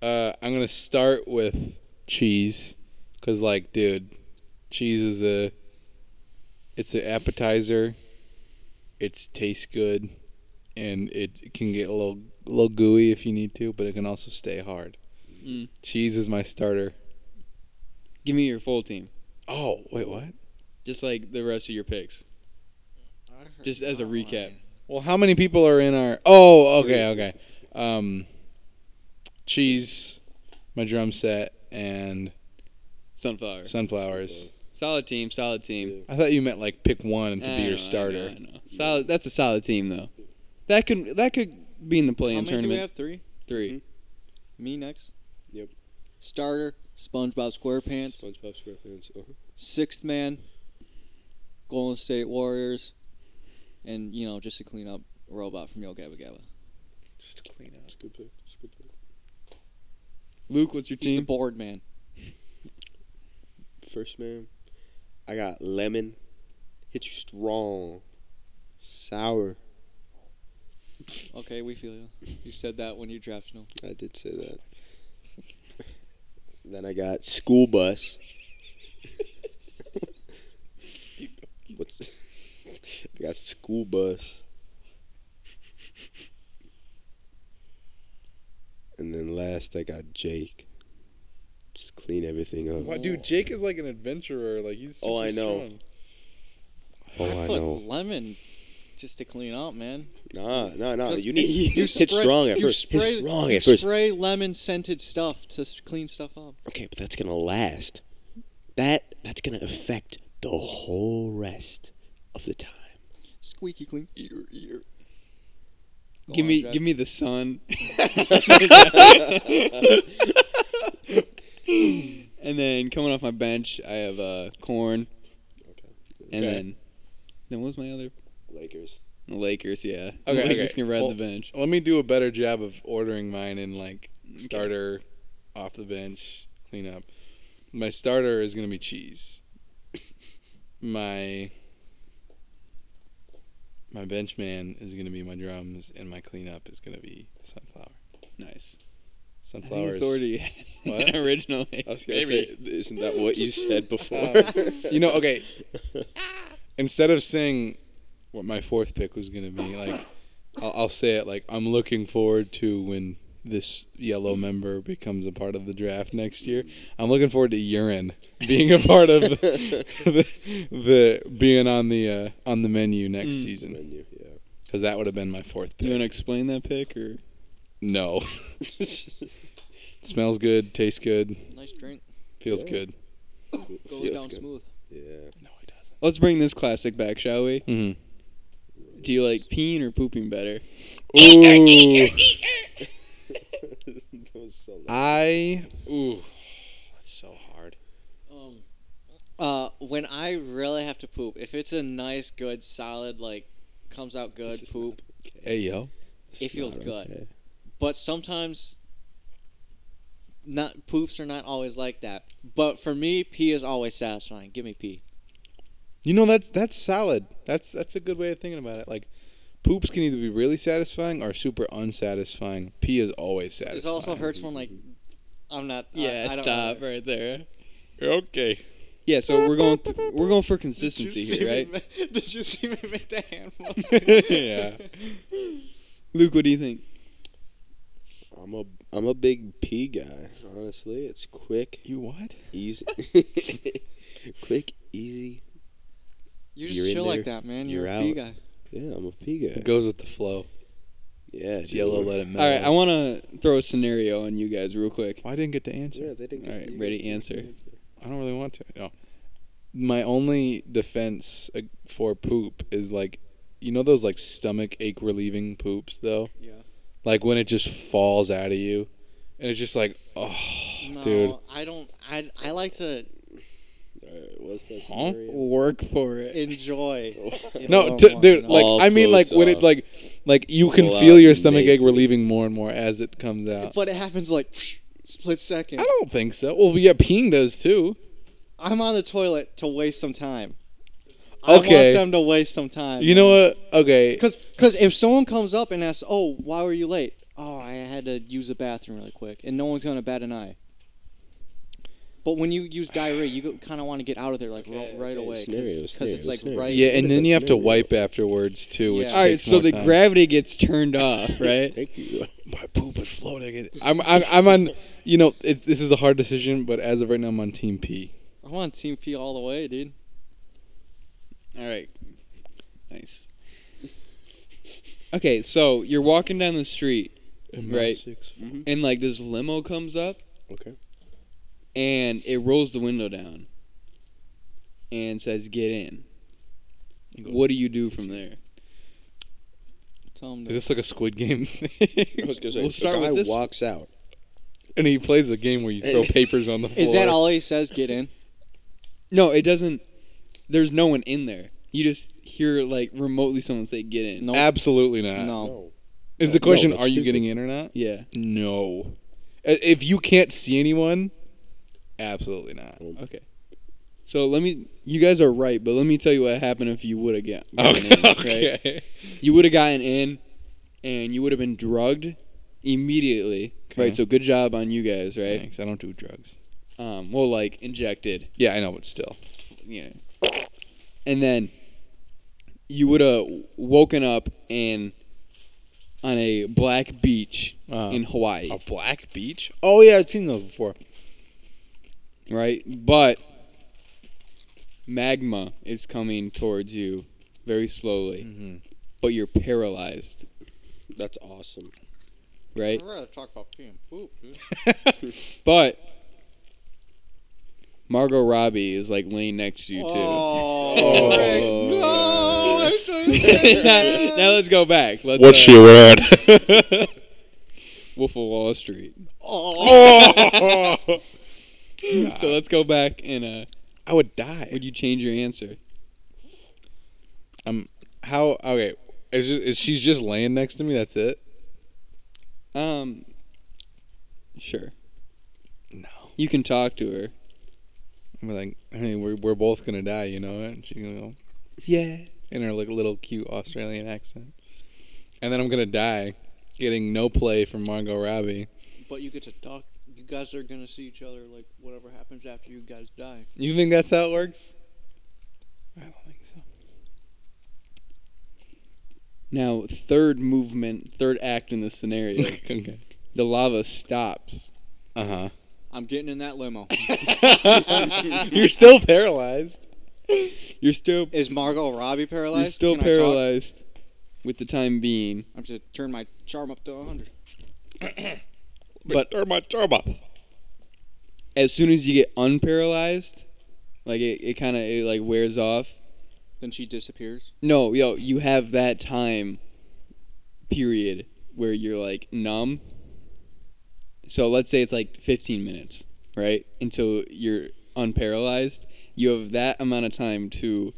Speaker 3: Uh, I'm gonna start with cheese, cause like, dude, cheese is a, it's an appetizer. It tastes good, and it can get a little, little gooey if you need to, but it can also stay hard.
Speaker 2: Mm.
Speaker 3: Cheese is my starter.
Speaker 2: Give me your full team,
Speaker 3: Oh wait, what?
Speaker 2: just like the rest of your picks. Just as a recap.
Speaker 3: Well, how many people are in our? Oh, okay, okay. Um, cheese, my drum set, and
Speaker 2: Sunflower.
Speaker 3: sunflowers.
Speaker 2: Solid team. Solid team.
Speaker 3: I thought you meant like pick one to
Speaker 2: I know,
Speaker 3: be
Speaker 2: I
Speaker 3: your
Speaker 2: know,
Speaker 3: starter.
Speaker 2: I know. Solid. That's a solid team though. That could that could be in the
Speaker 1: How
Speaker 2: play-in
Speaker 1: many do we
Speaker 2: tournament.
Speaker 1: have? Three.
Speaker 2: Three.
Speaker 1: Me next.
Speaker 4: Yep.
Speaker 1: Starter, SpongeBob SquarePants.
Speaker 4: SpongeBob SquarePants. uh-huh.
Speaker 1: Sixth man, Golden State Warriors, and you know just to clean up robot from Yo Gabba Gabba.
Speaker 4: Just to clean out. It's a good pick. It's a good pick.
Speaker 2: Luke, what's your
Speaker 1: He's the
Speaker 2: team?
Speaker 1: board man.
Speaker 4: First man, I got lemon. Hit you strong. Sour.
Speaker 1: Okay, we feel you. You said that when you drafted him.
Speaker 4: I did say that. then I got school bus. What's I got school bus. And then last I got Jake. Just clean everything up.
Speaker 3: Wow, dude, Jake is like an adventurer. Like he's.
Speaker 4: Oh,
Speaker 3: super
Speaker 4: I know.
Speaker 3: strong.
Speaker 4: Oh,
Speaker 1: I
Speaker 4: I
Speaker 1: put
Speaker 4: know.
Speaker 1: lemon just to clean up, man.
Speaker 4: Nah, nah, nah.
Speaker 1: Just-
Speaker 4: Oh, You need
Speaker 1: *laughs* you
Speaker 4: hit
Speaker 1: spray-
Speaker 4: strong at
Speaker 1: you
Speaker 4: first.
Speaker 1: Spray,
Speaker 4: hit strong
Speaker 1: you
Speaker 4: at first.
Speaker 1: Spray lemon scented stuff to s- clean stuff up.
Speaker 4: Okay, but that's gonna last. That that's gonna affect the whole rest of the *laughs*
Speaker 1: *laughs*
Speaker 4: time.
Speaker 1: Squeaky clean. Ear, ear. Go
Speaker 2: Give
Speaker 1: on,
Speaker 2: me
Speaker 1: Jack.
Speaker 2: give me the
Speaker 1: *clears throat*
Speaker 2: sun. and then coming off my bench, I have uh, corn. And
Speaker 3: Okay.
Speaker 2: then then what was my other
Speaker 4: Lakers.
Speaker 2: the Lakers? Yeah. The
Speaker 3: Okay,
Speaker 2: Lakers
Speaker 3: okay.
Speaker 2: can ride
Speaker 3: Well,
Speaker 2: the bench.
Speaker 3: Let me do a better job of ordering mine in like starter, off the bench, clean up. My starter is gonna be cheese. *coughs* my my bench man is gonna be my drums, and my cleanup is gonna be sunflower.
Speaker 2: Nice. I think
Speaker 3: Sunflowers.
Speaker 2: it's *laughs* already
Speaker 3: What?
Speaker 2: originally.
Speaker 4: I was gonna
Speaker 5: Maybe.
Speaker 4: say, isn't that what you
Speaker 1: *laughs*
Speaker 4: said before?
Speaker 1: Uh,
Speaker 4: *laughs*
Speaker 3: You know, okay. Instead of saying what my fourth pick was gonna be, like I'll, I'll say it like I'm looking forward to when this yellow member becomes a part of the draft next year. I'm looking forward to urine being a part of the, the, being on the uh, on the menu next
Speaker 2: Mm.
Speaker 3: season
Speaker 4: Menu, *laughs* yeah.
Speaker 3: because that would have been my fourth
Speaker 2: You want to
Speaker 3: pick.
Speaker 2: explain that pick or
Speaker 3: No, smells good, tastes good,
Speaker 1: Nice drink.
Speaker 3: feels
Speaker 4: Yeah.
Speaker 3: good.
Speaker 1: Goes
Speaker 4: Feels
Speaker 1: down
Speaker 4: good.
Speaker 1: smooth.
Speaker 4: Yeah. *laughs*
Speaker 3: No, it doesn't.
Speaker 2: Let's bring this classic back, shall we?
Speaker 3: hmm
Speaker 2: Do you like peeing or pooping better?
Speaker 4: That was so loud.
Speaker 3: I ooh, that's so hard.
Speaker 1: Um, uh, when I really have to poop, if it's a nice, good, solid, like, comes out good
Speaker 4: is
Speaker 1: poop,
Speaker 3: Hey yo.
Speaker 1: it feels
Speaker 4: Not
Speaker 1: good.
Speaker 4: okay.
Speaker 1: But sometimes, not poops are not always like that. But for me, pee is always satisfying. Give me pee.
Speaker 3: You know that's that's solid. That's that's a good way of thinking about it. Like poops can either be really satisfying or super unsatisfying. Pee is always satisfying.
Speaker 1: It also hurts when like I'm not. I-
Speaker 2: Yeah,
Speaker 1: I, don't
Speaker 2: Uh, stop right there.
Speaker 3: Okay.
Speaker 2: Yeah, so we're going th- we're going for consistency here, right?
Speaker 1: Did you see me make the *laughs* hand
Speaker 3: yeah.
Speaker 2: Luke, what do you think?
Speaker 4: I'm a I'm a big pee guy. Honestly, it's quick,
Speaker 3: You what?
Speaker 4: easy, *laughs* quick, easy.
Speaker 1: You just
Speaker 4: You're in
Speaker 1: chill like
Speaker 4: there.
Speaker 1: that, man. You're,
Speaker 4: You're
Speaker 1: a pee
Speaker 4: out.
Speaker 1: guy.
Speaker 4: Yeah, I'm a pee guy.
Speaker 3: It goes with the flow.
Speaker 4: Yeah,
Speaker 3: It's
Speaker 4: dude.
Speaker 3: yellow, let it melt.
Speaker 2: All right, I want to throw a scenario on you guys real quick.
Speaker 3: Well, I didn't get to answer.
Speaker 4: Yeah, they didn't.
Speaker 2: All
Speaker 4: get-
Speaker 2: right,
Speaker 4: you
Speaker 2: ready,
Speaker 4: guys didn't
Speaker 2: answer.
Speaker 3: I don't really want to. No. My only defense uh, for poop is like, you know those like stomach ache relieving poops though.
Speaker 1: Yeah.
Speaker 3: Like when it just falls out of you, and it's just like, oh,
Speaker 1: No,
Speaker 3: dude.
Speaker 1: I don't. I I like to
Speaker 4: Alright, what's that
Speaker 3: Huh?
Speaker 4: scenario?
Speaker 2: Work for it.
Speaker 1: enjoy.
Speaker 4: Oh.
Speaker 3: No,
Speaker 1: Oh
Speaker 3: t-
Speaker 1: my
Speaker 3: dude,
Speaker 1: God.
Speaker 3: like
Speaker 4: All
Speaker 3: I mean, like
Speaker 4: foods
Speaker 3: when it
Speaker 4: are
Speaker 3: like, like you can
Speaker 4: full
Speaker 3: feel
Speaker 4: out
Speaker 3: your
Speaker 4: and
Speaker 3: stomach ache
Speaker 4: naked.
Speaker 3: relieving more and more as it comes out.
Speaker 1: But it happens like split second.
Speaker 3: I don't think so. Well, yeah, peeing does too.
Speaker 1: I'm on the toilet to waste some time.
Speaker 3: Okay.
Speaker 1: I want them to waste some time.
Speaker 3: You know what? Okay,
Speaker 1: Because if someone comes up and asks, "Oh, why were you late?" Oh, I had had to use a bathroom really quick, and no one's gonna bat an eye. But when you use diarrhea, you kind of want to get out of there like ro- right
Speaker 4: okay,
Speaker 1: away
Speaker 4: scenario,
Speaker 1: because it's
Speaker 4: scenario,
Speaker 1: like
Speaker 4: scenario.
Speaker 1: right.
Speaker 3: Yeah, and then you have to
Speaker 4: Scenario.
Speaker 3: wipe afterwards too, which
Speaker 1: Yeah.
Speaker 2: All right,
Speaker 3: takes
Speaker 2: so
Speaker 3: more
Speaker 2: the
Speaker 3: time.
Speaker 2: gravity gets turned
Speaker 3: *laughs*
Speaker 2: off, right?
Speaker 4: Thank you.
Speaker 3: my poop is floating. I'm I'm, I'm on. You know, it, this is a hard decision, but as of right now, I'm on Team P.
Speaker 1: I want Team P all the way, dude.
Speaker 2: All right. Nice. Okay, so you're walking down the street Right.
Speaker 4: Mm-hmm.
Speaker 2: and like this limo comes up
Speaker 4: Okay.
Speaker 2: and it rolls the window down and says get in. What do you do from there?
Speaker 1: Tell him
Speaker 3: Is
Speaker 1: to
Speaker 3: this like a Squid Game? *laughs*
Speaker 4: I was gonna say,
Speaker 2: We'll
Speaker 4: so
Speaker 2: start
Speaker 4: the
Speaker 2: with
Speaker 4: guy
Speaker 2: this.
Speaker 4: walks out.
Speaker 3: and he plays a game where you throw papers on the floor.
Speaker 1: Is that all he says? Get in.
Speaker 2: No, it doesn't there's no one in there. You just hear like remotely someone say get in.
Speaker 1: No.
Speaker 3: Absolutely not.
Speaker 1: No.
Speaker 4: No.
Speaker 3: Is the
Speaker 4: No,
Speaker 3: question:
Speaker 4: that's
Speaker 3: Are you
Speaker 4: stupid.
Speaker 3: getting in or not?
Speaker 2: Yeah.
Speaker 3: No. I- If you can't see anyone, absolutely not.
Speaker 2: Okay. So let me you guys are right, but let me tell you what happened if you would have got gotten
Speaker 3: Oh. Okay. *laughs*
Speaker 2: in, right? you would have gotten in and you would have been drugged immediately
Speaker 3: Okay.
Speaker 2: right so good job on you guys right
Speaker 3: Thanks. I don't do drugs.
Speaker 2: um well like injected
Speaker 3: Yeah, I know, but still.
Speaker 2: yeah and then you would have woken up and on a black beach
Speaker 3: Uh,
Speaker 2: in hawaii
Speaker 3: a black beach? Oh yeah, I've seen those before.
Speaker 2: right but magma is coming towards you very slowly
Speaker 3: Mm-hmm.
Speaker 2: but you're paralyzed
Speaker 4: That's awesome.
Speaker 2: right
Speaker 1: rather talk about pee and poop, dude.
Speaker 2: *laughs* but margot robbie is like laying next to you too
Speaker 4: *laughs*
Speaker 1: Oh, Rick, no! I'm so
Speaker 2: now, *laughs*
Speaker 1: sad.
Speaker 2: now let's go back. Let's,
Speaker 3: What's
Speaker 2: uh,
Speaker 3: she wearing?
Speaker 2: *laughs* Wolf of Wall Street.
Speaker 1: Oh.
Speaker 2: *laughs* so let's go back and uh,
Speaker 3: I would die.
Speaker 2: would you change your answer?
Speaker 3: How? Okay, is, it- is she's just laying next to me? That's it.
Speaker 2: Um, sure.
Speaker 3: No.
Speaker 2: You can talk to her.
Speaker 3: I'm like, hey, we're we're both gonna die, you know? And she's gonna go, yeah, in her like little cute Australian accent, and then I'm gonna die, getting no play from Margot Robbie.
Speaker 1: But you get to talk. You guys are gonna see each other like whatever happens after you guys die.
Speaker 3: You think that's how it works? I don't think so.
Speaker 2: Now, third movement, third act in this
Speaker 1: *laughs*
Speaker 2: scenario,
Speaker 3: *laughs* okay.
Speaker 2: *laughs* the lava stops. *laughs*
Speaker 3: Uh
Speaker 1: I'm getting in that limo.
Speaker 3: *laughs* huh. You're still
Speaker 1: *laughs*
Speaker 3: paralyzed.
Speaker 2: You're still
Speaker 1: Is Margot Robbie paralyzed?
Speaker 2: you're still
Speaker 1: Can I talk?
Speaker 2: paralyzed with the time being.
Speaker 1: I'm gonna turn my charm up to 100.
Speaker 2: But-
Speaker 3: turn my turn up.
Speaker 2: As soon as you get unparalyzed, like it, it kind of it like wears off.
Speaker 1: Then she disappears.
Speaker 2: No, yo, you have that time period where you're like numb. So let's say it's like 15 minutes, right? Until you're unparalyzed. You have that amount of time to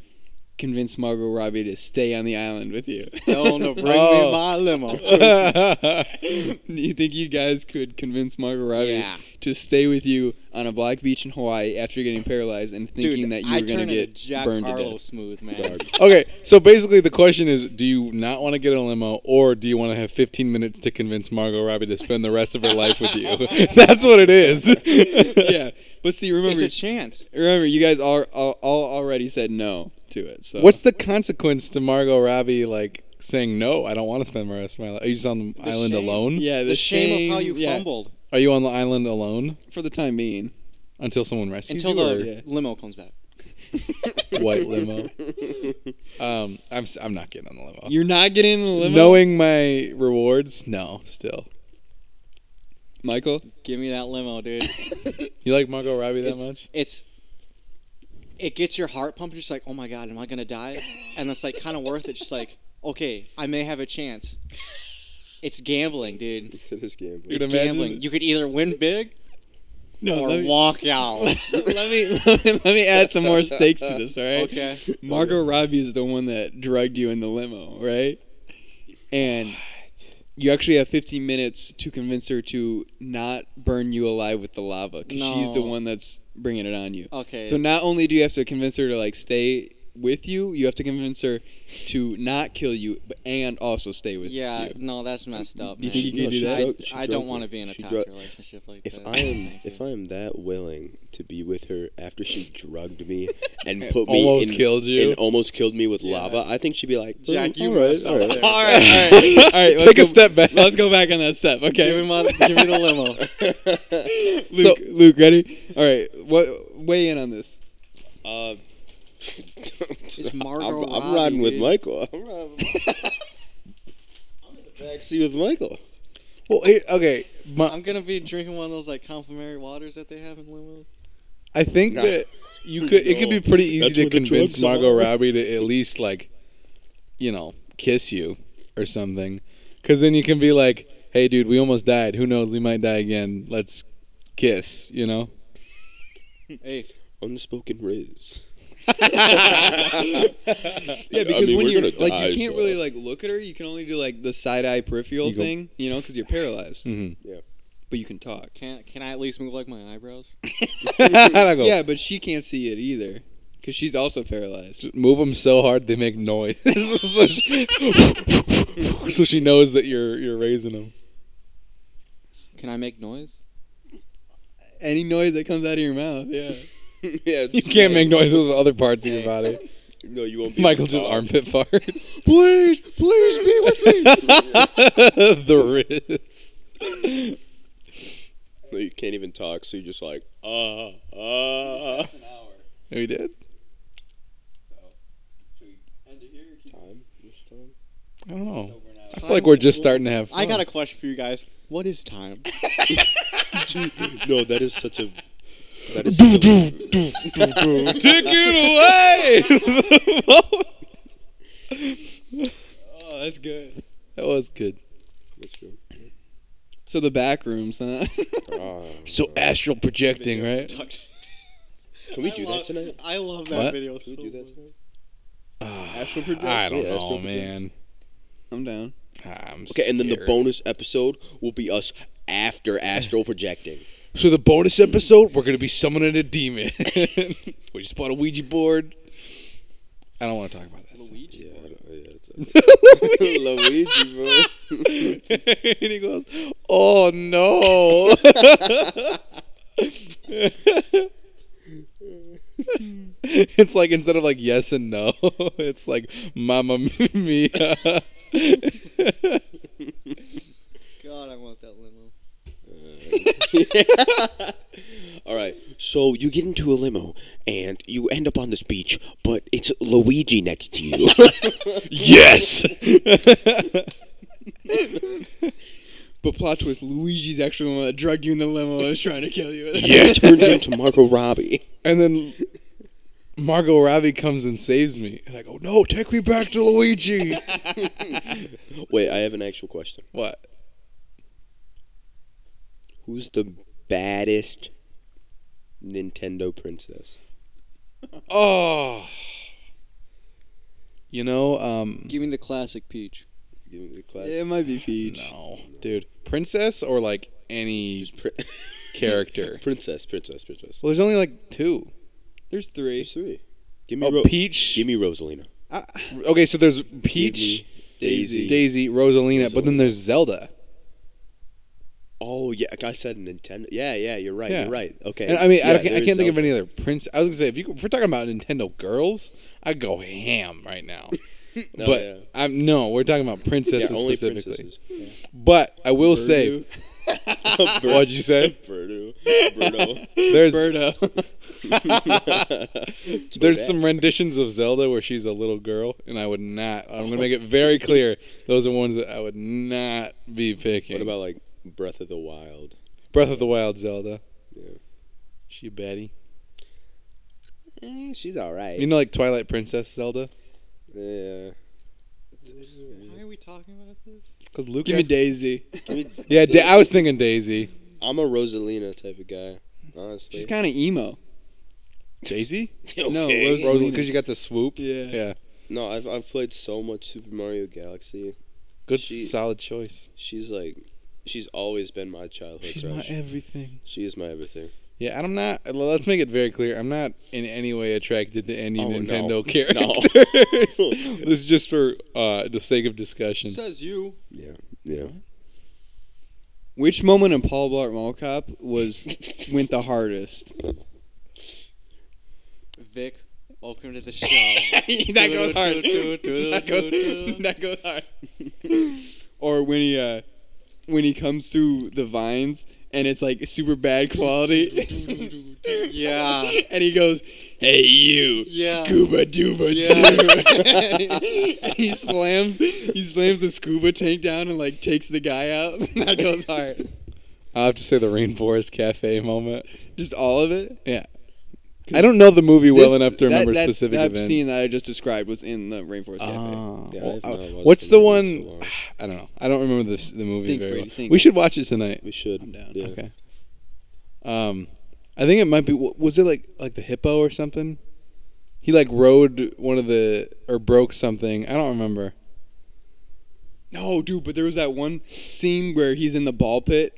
Speaker 2: convince Margot Robbie to stay on the island with you. *laughs*
Speaker 1: Tell him to bring me
Speaker 3: Oh.
Speaker 1: my limo.
Speaker 3: I
Speaker 2: you think you guys could convince Margot Robbie to stay with you on a black beach in Hawaii after getting paralyzed and thinking
Speaker 1: Dude,
Speaker 2: that you
Speaker 1: I
Speaker 2: were going
Speaker 1: turn
Speaker 2: to
Speaker 1: into
Speaker 2: get
Speaker 1: Jack
Speaker 2: burned
Speaker 1: Harlow
Speaker 2: to death? *laughs*
Speaker 1: smooth, man.
Speaker 3: *laughs* Okay, so basically the question is, do you not want to get in a limo, or do you want to have 15 minutes to convince Margot Robbie to spend the rest of her life with you? *laughs* That's what it *laughs* is.
Speaker 2: yeah. But see,
Speaker 1: It's
Speaker 2: remember
Speaker 1: a chance.
Speaker 2: Remember, you guys all, all, all already said no to it. So
Speaker 3: What's the consequence to Margot Robbie like saying no? I don't want to spend the rest of my life. Are you just on the,
Speaker 1: The
Speaker 3: island
Speaker 1: shame.
Speaker 3: alone?
Speaker 2: yeah
Speaker 1: The,
Speaker 2: the,
Speaker 1: shame, of how you
Speaker 2: yeah,
Speaker 1: fumbled
Speaker 3: Are you on the island alone
Speaker 2: for the time being?
Speaker 3: until someone rescues
Speaker 1: until
Speaker 3: you?
Speaker 1: the
Speaker 2: yeah.
Speaker 1: limo comes back.
Speaker 3: or *laughs* white limo. Um, I'm s- I'm not getting on the limo.
Speaker 2: You're not getting in the limo,
Speaker 3: Knowing my rewards, no. Still,
Speaker 2: Michael.
Speaker 1: Give me that limo, dude.
Speaker 3: you like Margot Robbie that
Speaker 1: It's-
Speaker 3: much?
Speaker 1: it's it gets your heart pumping. Just like, oh my god, am I gonna die? And it's like kind of worth it. Just like, okay, I may have a chance. It's gambling, dude.
Speaker 4: this game.
Speaker 3: Dude,
Speaker 1: It's
Speaker 3: imagine-
Speaker 1: gambling. You could either win big or
Speaker 2: let me,
Speaker 1: walk out.
Speaker 2: *laughs* let me let me *laughs* add some more stakes to this. All right.
Speaker 1: Okay.
Speaker 2: Margot Robbie is the one that drugged you in the limo, right? And you actually have 15 minutes to convince her to not burn you alive with the lava because she's the
Speaker 1: No.
Speaker 2: one that's bringing it on you.
Speaker 1: Okay.
Speaker 2: So not only do you have to convince her to like stay with you, you have to convince her to not kill you, but and also stay with
Speaker 1: yeah,
Speaker 2: you.
Speaker 1: no, that's messed up.
Speaker 2: You
Speaker 1: Man.
Speaker 2: think you could
Speaker 1: I-
Speaker 2: do that?
Speaker 1: I,
Speaker 4: She
Speaker 1: I
Speaker 4: drunk
Speaker 1: don't want to
Speaker 4: it.
Speaker 1: be in a
Speaker 4: She
Speaker 1: toxic
Speaker 4: drunk-
Speaker 1: relationship like
Speaker 4: If
Speaker 1: that.
Speaker 4: I am
Speaker 1: Thank
Speaker 4: if
Speaker 1: you.
Speaker 4: I am that willing to be with her after she drugged me and put me
Speaker 3: almost
Speaker 4: in,
Speaker 3: killed you. *laughs*
Speaker 4: and almost killed me with
Speaker 1: Yeah.
Speaker 4: lava, I think she'd be like,
Speaker 1: Jack,
Speaker 4: "Mm,
Speaker 1: you
Speaker 4: all right,
Speaker 1: messed up
Speaker 4: all right."
Speaker 1: there.
Speaker 2: All right, all right, all right. let's
Speaker 3: Take
Speaker 2: go-
Speaker 3: a step back.
Speaker 2: Let's go back on that step.
Speaker 1: give
Speaker 2: Okay,
Speaker 1: me my, give me the limo.
Speaker 4: *laughs*
Speaker 2: Luke. Luke, ready? All right. What? Weigh in on this.
Speaker 4: Uh,
Speaker 1: It's Margot
Speaker 4: I'm, I'm
Speaker 1: Robbie,
Speaker 4: riding with
Speaker 1: dude.
Speaker 4: Michael. I'm riding with I'm in the backseat with Michael.
Speaker 3: Well, hey, okay. My,
Speaker 1: I'm gonna be drinking one of those like complimentary waters that they have in limos.
Speaker 3: I think
Speaker 4: Nah.
Speaker 3: that you could. It could be
Speaker 4: No.
Speaker 3: pretty easy
Speaker 4: That's
Speaker 3: to
Speaker 4: where the drugs
Speaker 3: convince
Speaker 4: are.
Speaker 3: Margot Robbie to at least like, you know, kiss you or something, because then you can be like, "Hey, dude, we almost died. Who knows? We might die again. Let's kiss." You know.
Speaker 1: Hey,
Speaker 4: Unspoken raise.
Speaker 2: Yeah,
Speaker 4: I
Speaker 2: because
Speaker 4: mean,
Speaker 2: when
Speaker 4: we're
Speaker 2: you're
Speaker 4: gonna
Speaker 2: like,
Speaker 4: die,
Speaker 2: you can't
Speaker 4: so-
Speaker 2: really like look at her. You can only do like the side eye peripheral
Speaker 3: You go-
Speaker 2: thing, you know, because you're paralyzed.
Speaker 4: Mm.
Speaker 3: Mm-hmm. *laughs*
Speaker 2: But you can
Speaker 4: *laughs*
Speaker 2: talk.
Speaker 1: can can I at least move like my eyebrows?
Speaker 2: Yeah, but she can't see it either, because she's also paralyzed.
Speaker 3: Move them so hard they make noise, *laughs* so, she, so she knows that you're you're raising them.
Speaker 1: Can I make noise?
Speaker 2: Any noise that comes out of your mouth, yeah.
Speaker 4: *laughs* yeah,
Speaker 3: You can't make noises with other parts of your body.
Speaker 4: No, you won't. Be
Speaker 3: Michael
Speaker 4: able to
Speaker 3: just
Speaker 4: talk.
Speaker 3: armpit
Speaker 2: *laughs*
Speaker 3: farts.
Speaker 2: Please, please be with me.
Speaker 3: *laughs* the wrist.
Speaker 4: No, you can't even talk, so you're just like, ah, ah.
Speaker 3: We did.
Speaker 4: Time, this time.
Speaker 3: I don't know. I feel like we're just starting to have. Fun.
Speaker 1: I got a question for you guys. What is
Speaker 4: *laughs*
Speaker 1: time?
Speaker 4: No, that is such a. That is *laughs* such a
Speaker 3: Take it away. *laughs*
Speaker 2: Oh, that's
Speaker 1: *laughs*
Speaker 2: good.
Speaker 3: that was good.
Speaker 4: let's go.
Speaker 2: So the back rooms, huh?
Speaker 4: Ah.
Speaker 3: So astral projecting, right?
Speaker 4: can we
Speaker 1: I
Speaker 4: do
Speaker 1: love-
Speaker 4: that tonight?
Speaker 1: I love that
Speaker 3: What?
Speaker 1: video.
Speaker 4: Can
Speaker 1: so
Speaker 4: we do that
Speaker 1: much.
Speaker 4: tonight?
Speaker 3: astral
Speaker 4: Astral project-
Speaker 3: Ah, I don't
Speaker 4: yeah,
Speaker 3: know,
Speaker 4: astral project.
Speaker 3: man.
Speaker 2: *laughs*
Speaker 3: Ah,
Speaker 2: I'm down.
Speaker 3: I'm
Speaker 4: Okay, and then the
Speaker 3: scared.
Speaker 4: bonus episode will be us after astral projecting.
Speaker 3: So the bonus episode, we're gonna be summoning a demon. *laughs* we just bought a Ouija board. I don't want to talk about that. *laughs*
Speaker 1: Luigi.
Speaker 4: I don't- yeah, it's- Luigi, bro.
Speaker 3: and he goes, "Oh no!" *laughs* it's like instead of like yes and no, *laughs* it's like Mamma Mia. *laughs*
Speaker 1: God, I want that limo.
Speaker 4: *laughs* All right. So you get into a limo and you end up on this beach, but it's Luigi next to you.
Speaker 3: yes.
Speaker 2: But plot twist: Luigi's actually the one that drugged you in the limo and was trying to kill you. *laughs*
Speaker 4: yeah. Turns into Margot Robbie.
Speaker 3: *laughs* and then Margot Robbie comes and saves me, and I go, "No, take me back to Luigi."
Speaker 4: Wait, I have an actual question.
Speaker 3: what?
Speaker 4: Who's the baddest Nintendo princess?
Speaker 3: Oh. You know, um,
Speaker 1: Give me the classic peach.
Speaker 4: Give me the class.
Speaker 2: it might be Peach.
Speaker 3: No, dude, princess or like
Speaker 4: *laughs*
Speaker 3: any
Speaker 4: Just prin-
Speaker 3: character.
Speaker 4: *laughs* princess, princess, princess.
Speaker 3: Well, there's only like two.
Speaker 2: There's three.
Speaker 4: There's three. Give me
Speaker 3: Oh,
Speaker 4: Ro-
Speaker 3: Peach.
Speaker 4: Give me Rosalina.
Speaker 3: okay, so there's Peach,
Speaker 4: Give me Daisy.
Speaker 3: Daisy, Rosalina, but then
Speaker 4: Rosalina.
Speaker 3: there's Zelda.
Speaker 4: Oh yeah, I said Nintendo. Yeah, yeah, you're right.
Speaker 3: Yeah.
Speaker 4: You're right. Okay.
Speaker 3: And I mean, I,
Speaker 4: Yeah,
Speaker 3: don't, I
Speaker 4: there
Speaker 3: can't
Speaker 4: is
Speaker 3: think of
Speaker 4: Zelda.
Speaker 3: any other prince. I was gonna say if, you, if we're talking about Nintendo girls, I'd go ham
Speaker 4: *laughs*
Speaker 3: right now.
Speaker 4: No,
Speaker 3: but
Speaker 4: yeah.
Speaker 3: I'm no, we're talking about princesses
Speaker 4: yeah, only
Speaker 3: specifically.
Speaker 4: princesses.
Speaker 3: But I will say,
Speaker 2: Birdo.
Speaker 3: *laughs* what'd
Speaker 4: *laughs*
Speaker 3: you say?
Speaker 4: Birdo. Birdo.
Speaker 3: There's
Speaker 2: Birdo.
Speaker 3: *laughs* There's some renditions of Zelda where she's a little girl, and I would not. I'm gonna make it very clear. Those are ones that I would not be picking.
Speaker 4: What about like Breath of the Wild?
Speaker 3: Breath of the Wild Zelda?
Speaker 4: Yeah.
Speaker 3: She a baddie.
Speaker 4: Eh, she's all right.
Speaker 3: You know, like Twilight Princess Zelda.
Speaker 4: yeah.
Speaker 1: Why are we talking about this?
Speaker 3: Because Luke.
Speaker 2: Give me
Speaker 3: asked-
Speaker 2: Daisy.
Speaker 3: yeah, da- I was thinking Daisy.
Speaker 4: I'm a Rosalina type of guy, honestly.
Speaker 2: She's kind of emo.
Speaker 3: Daisy.
Speaker 2: No,
Speaker 4: Okay.
Speaker 2: Rosalina.
Speaker 3: Rosalie, because you got the swoop.
Speaker 2: Yeah.
Speaker 3: Yeah.
Speaker 4: no, I've I've played so much Super Mario Galaxy.
Speaker 3: Good,
Speaker 4: She-
Speaker 3: solid choice.
Speaker 4: She's like, she's always been my childhood crush.
Speaker 3: everything.
Speaker 4: she is my everything.
Speaker 3: Yeah, and I'm not. well, Let's make it very clear. I'm not in any way attracted to any
Speaker 4: Oh, no.
Speaker 3: Nintendo
Speaker 4: No.
Speaker 3: characters. *laughs* this is just for uh, the sake of discussion. *laughs*
Speaker 1: Says you.
Speaker 4: Yeah.
Speaker 2: Which moment in Paul Blart Mall Cop
Speaker 4: *laughs*
Speaker 2: was went the hardest?
Speaker 1: Vic, welcome to
Speaker 4: *laughs*
Speaker 1: the show.
Speaker 2: that goes hard. *laughs*
Speaker 3: *laughs*
Speaker 2: that, goes,
Speaker 1: *laughs*
Speaker 2: that goes hard. or when he uh, when he comes through the vines and it's like super bad quality. *laughs*
Speaker 1: Yeah.
Speaker 2: And he goes, "Hey you,
Speaker 1: Yeah.
Speaker 2: scuba duba
Speaker 1: Yeah.
Speaker 3: *laughs*
Speaker 2: doo." *laughs* and he slams he slams the scuba tank down and like takes the guy out. *laughs* that goes hard.
Speaker 3: I'll have to say the Rainforest Cafe moment.
Speaker 2: Just all of it.
Speaker 3: I don't know the movie well
Speaker 2: This-
Speaker 3: enough to
Speaker 2: that-
Speaker 3: remember
Speaker 2: that,
Speaker 3: specific
Speaker 2: that
Speaker 3: events.
Speaker 2: scene that I just described was in the Rainforest Cafe.
Speaker 3: Oh.
Speaker 4: Ah. Yeah,
Speaker 3: Well,
Speaker 4: I've
Speaker 3: uh,
Speaker 4: not watched
Speaker 3: what's
Speaker 4: the
Speaker 3: the
Speaker 4: movie in so
Speaker 3: one?
Speaker 4: long.
Speaker 3: *sighs* I don't know. I don't remember this, the movie
Speaker 2: Think,
Speaker 3: very
Speaker 2: Brady,
Speaker 3: well.
Speaker 2: think.
Speaker 3: We should watch it tonight.
Speaker 4: We should.
Speaker 2: I'm down.
Speaker 4: Yeah.
Speaker 3: Okay. Um, I think it might be. wa- Was it like like the hippo or something? He like rode one of the or broke something. I don't remember.
Speaker 2: No, dude, but there was that one scene where he's in the ball pit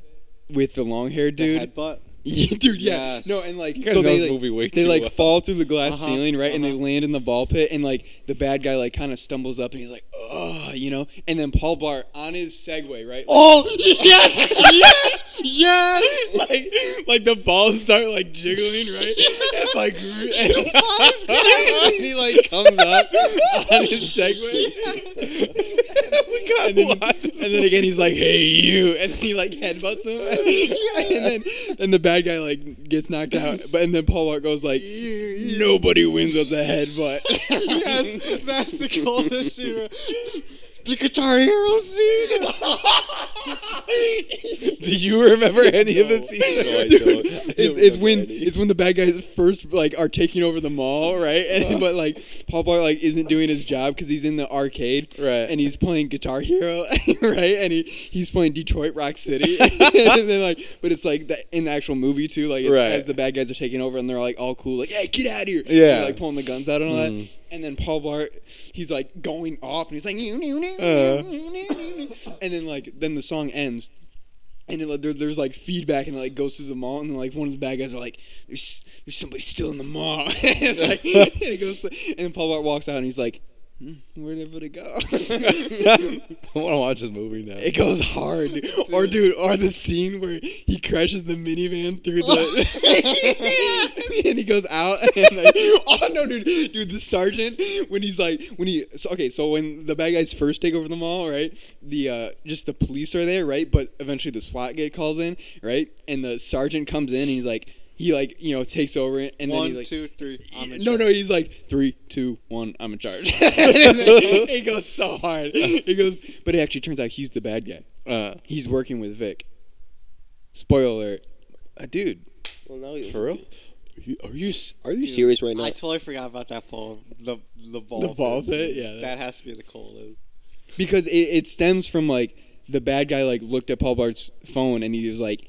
Speaker 2: with the long haired
Speaker 1: The
Speaker 2: dude.
Speaker 1: headbutt.
Speaker 2: *laughs* Yeah, dude, yeah.
Speaker 1: Yes.
Speaker 2: No, and like
Speaker 3: You guys
Speaker 2: so
Speaker 3: know
Speaker 2: they
Speaker 3: this
Speaker 2: like,
Speaker 3: movie way
Speaker 2: they
Speaker 3: too
Speaker 2: like
Speaker 3: well.
Speaker 2: fall through the glass
Speaker 1: Uh-huh,
Speaker 2: ceiling, right? And they
Speaker 1: uh-huh.
Speaker 2: land in the ball pit and like the bad guy like kind of stumbles up and he's like, "Oh, you know." And then Paul Blart on his Segway, right? Oh, *laughs* yes. yes. Yes. Like like the balls start like jiggling, *laughs* right? It's like and, *laughs* he like comes up on his *laughs* Segway. and, then, and then again he's like, "Hey you," and he like headbutts *laughs* him, and then and the bad guy like gets knocked out, but and then Paul Walker goes like, "Nobody wins with the headbutt."
Speaker 1: *laughs*
Speaker 2: *laughs*
Speaker 1: yes, that's the coldest scene. The Guitar Hero
Speaker 2: *laughs*
Speaker 1: scene.
Speaker 3: *laughs* Do you remember any of
Speaker 2: *laughs*
Speaker 3: this? either? *laughs*
Speaker 4: No, I
Speaker 2: Dude,
Speaker 4: don't. I don't
Speaker 2: it's, it's *laughs* when
Speaker 4: remember any.
Speaker 2: it's when the bad guys first like are taking over the mall, right? *laughs* And but like Paul Blart like isn't doing his job because he's in the arcade,
Speaker 3: Right.
Speaker 2: And he's playing Guitar Hero, *laughs* right? And he, he's playing Detroit Rock
Speaker 3: *laughs*
Speaker 2: City, *laughs* and then like, but it's like the, in the actual movie too, like it's,
Speaker 3: Right.
Speaker 2: as the bad guys are taking over and they're like all cool, like hey get out of here, And
Speaker 3: Yeah.
Speaker 2: they're, like pulling the guns out and all
Speaker 3: Mm.
Speaker 2: that. And then Paul Blart, he's like going off and he's like,
Speaker 3: Uh.
Speaker 2: and then like then the song ends and it, like, there, there's like feedback and it like goes through the mall and then, like one of the bad guys are like there's there's somebody still in the mall *laughs* and it's like and it goes and then Paul Blart walks out and he's like "Hmm, where'd everybody go
Speaker 3: *laughs* I want to watch this movie now.
Speaker 2: *laughs* it goes hard dude. or dude or the scene where he crashes the minivan through *laughs* the and he goes out and like oh no dude dude the sergeant when he's like when he so, okay so when the bad guys first take over the mall right the uh just the police are there right but eventually the SWAT get calls in right and the sergeant comes in and he's like he like you know takes over and then he's
Speaker 1: One,
Speaker 2: like
Speaker 1: two, three. I'm in
Speaker 2: no,
Speaker 1: charge.
Speaker 2: no, he's like three, two, one. I'm in charge. *laughs* And then he goes so hard. He goes, but it actually turns out he's the bad guy.
Speaker 3: Uh,
Speaker 2: He's working with Vic. Spoiler alert.
Speaker 3: uh, dude,
Speaker 4: Well, now you-
Speaker 3: for real?
Speaker 4: Are you are you, s- are you
Speaker 1: Dude,
Speaker 4: serious right *laughs* now?
Speaker 1: I totally forgot about that ball. The the ball.
Speaker 2: The ball
Speaker 1: pit
Speaker 2: pit?
Speaker 1: scene.
Speaker 2: Yeah, that-
Speaker 1: That has to be the coldest.
Speaker 2: Because it, it stems from like the bad guy like looked at Paul Bart's phone and he was like,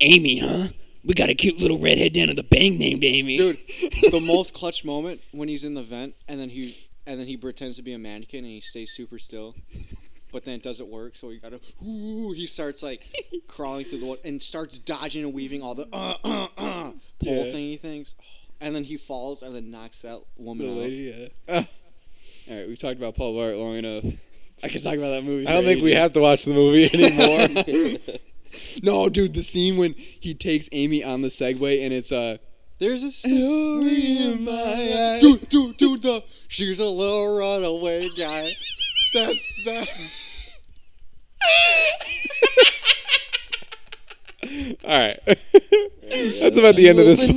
Speaker 2: Amy, huh? We got a cute little redhead down at the bank named Amy.
Speaker 1: Dude, *laughs* the most clutch moment when he's in the vent and then he and then he pretends to be a mannequin and he stays super still. But then it doesn't work, so he gotta. Ooh, he
Speaker 2: *laughs*
Speaker 1: starts like crawling through the wa- and starts dodging and weaving all the uh, uh, uh, pole
Speaker 2: Yeah.
Speaker 1: thingy things, and then he falls and then knocks that
Speaker 2: the
Speaker 1: woman out.
Speaker 2: lady, yeah. *laughs* All right, we've talked about Paul Bart long enough. I could talk about that movie.
Speaker 3: I don't
Speaker 2: for
Speaker 3: think we
Speaker 2: ages.
Speaker 3: have to watch the movie anymore.
Speaker 4: *laughs*
Speaker 2: No, dude, the scene when he takes Amy on the Segway and it's uh
Speaker 1: There's a
Speaker 2: Glory
Speaker 1: story
Speaker 2: in
Speaker 1: in
Speaker 2: my
Speaker 1: my
Speaker 2: eyes.
Speaker 1: eyes. Dude, dude, dude, the she's a little runaway
Speaker 2: *laughs*
Speaker 1: guy. That's that.
Speaker 3: All right. That's about the end of this
Speaker 1: Moving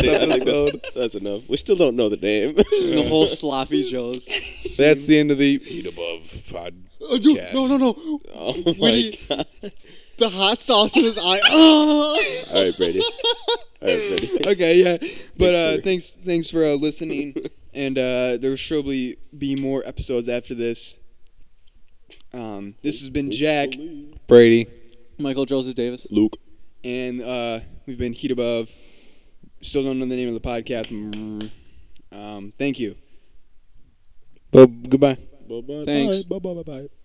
Speaker 4: Yeah, I think that's,
Speaker 3: episode.
Speaker 4: that's enough. We still don't know the name. *laughs*
Speaker 1: The whole sloppy joes.
Speaker 3: That's the end of the Eat Above pod.
Speaker 1: Oh, dude, no,
Speaker 2: *laughs*
Speaker 1: no, no.
Speaker 4: oh my
Speaker 1: Witty.
Speaker 4: god!
Speaker 1: The hot sauce in his eye. *laughs* Ah!
Speaker 4: All right, *laughs* Brady. All right, Brady.
Speaker 2: *laughs* okay, yeah. But
Speaker 4: Thanks
Speaker 2: uh,
Speaker 4: for-
Speaker 2: thanks, thanks for uh, listening. *laughs* and uh, there will surely be more episodes after this. Um, this has been Jack,
Speaker 3: Brady.
Speaker 1: Michael Joseph Davis.
Speaker 4: Luke.
Speaker 2: and uh, we've been Heat Above. Still don't know the name of the podcast. Mm. Um, thank you.
Speaker 3: Well, goodbye.
Speaker 4: Bye bye.
Speaker 1: Thanks.
Speaker 4: Bye bye bye bye.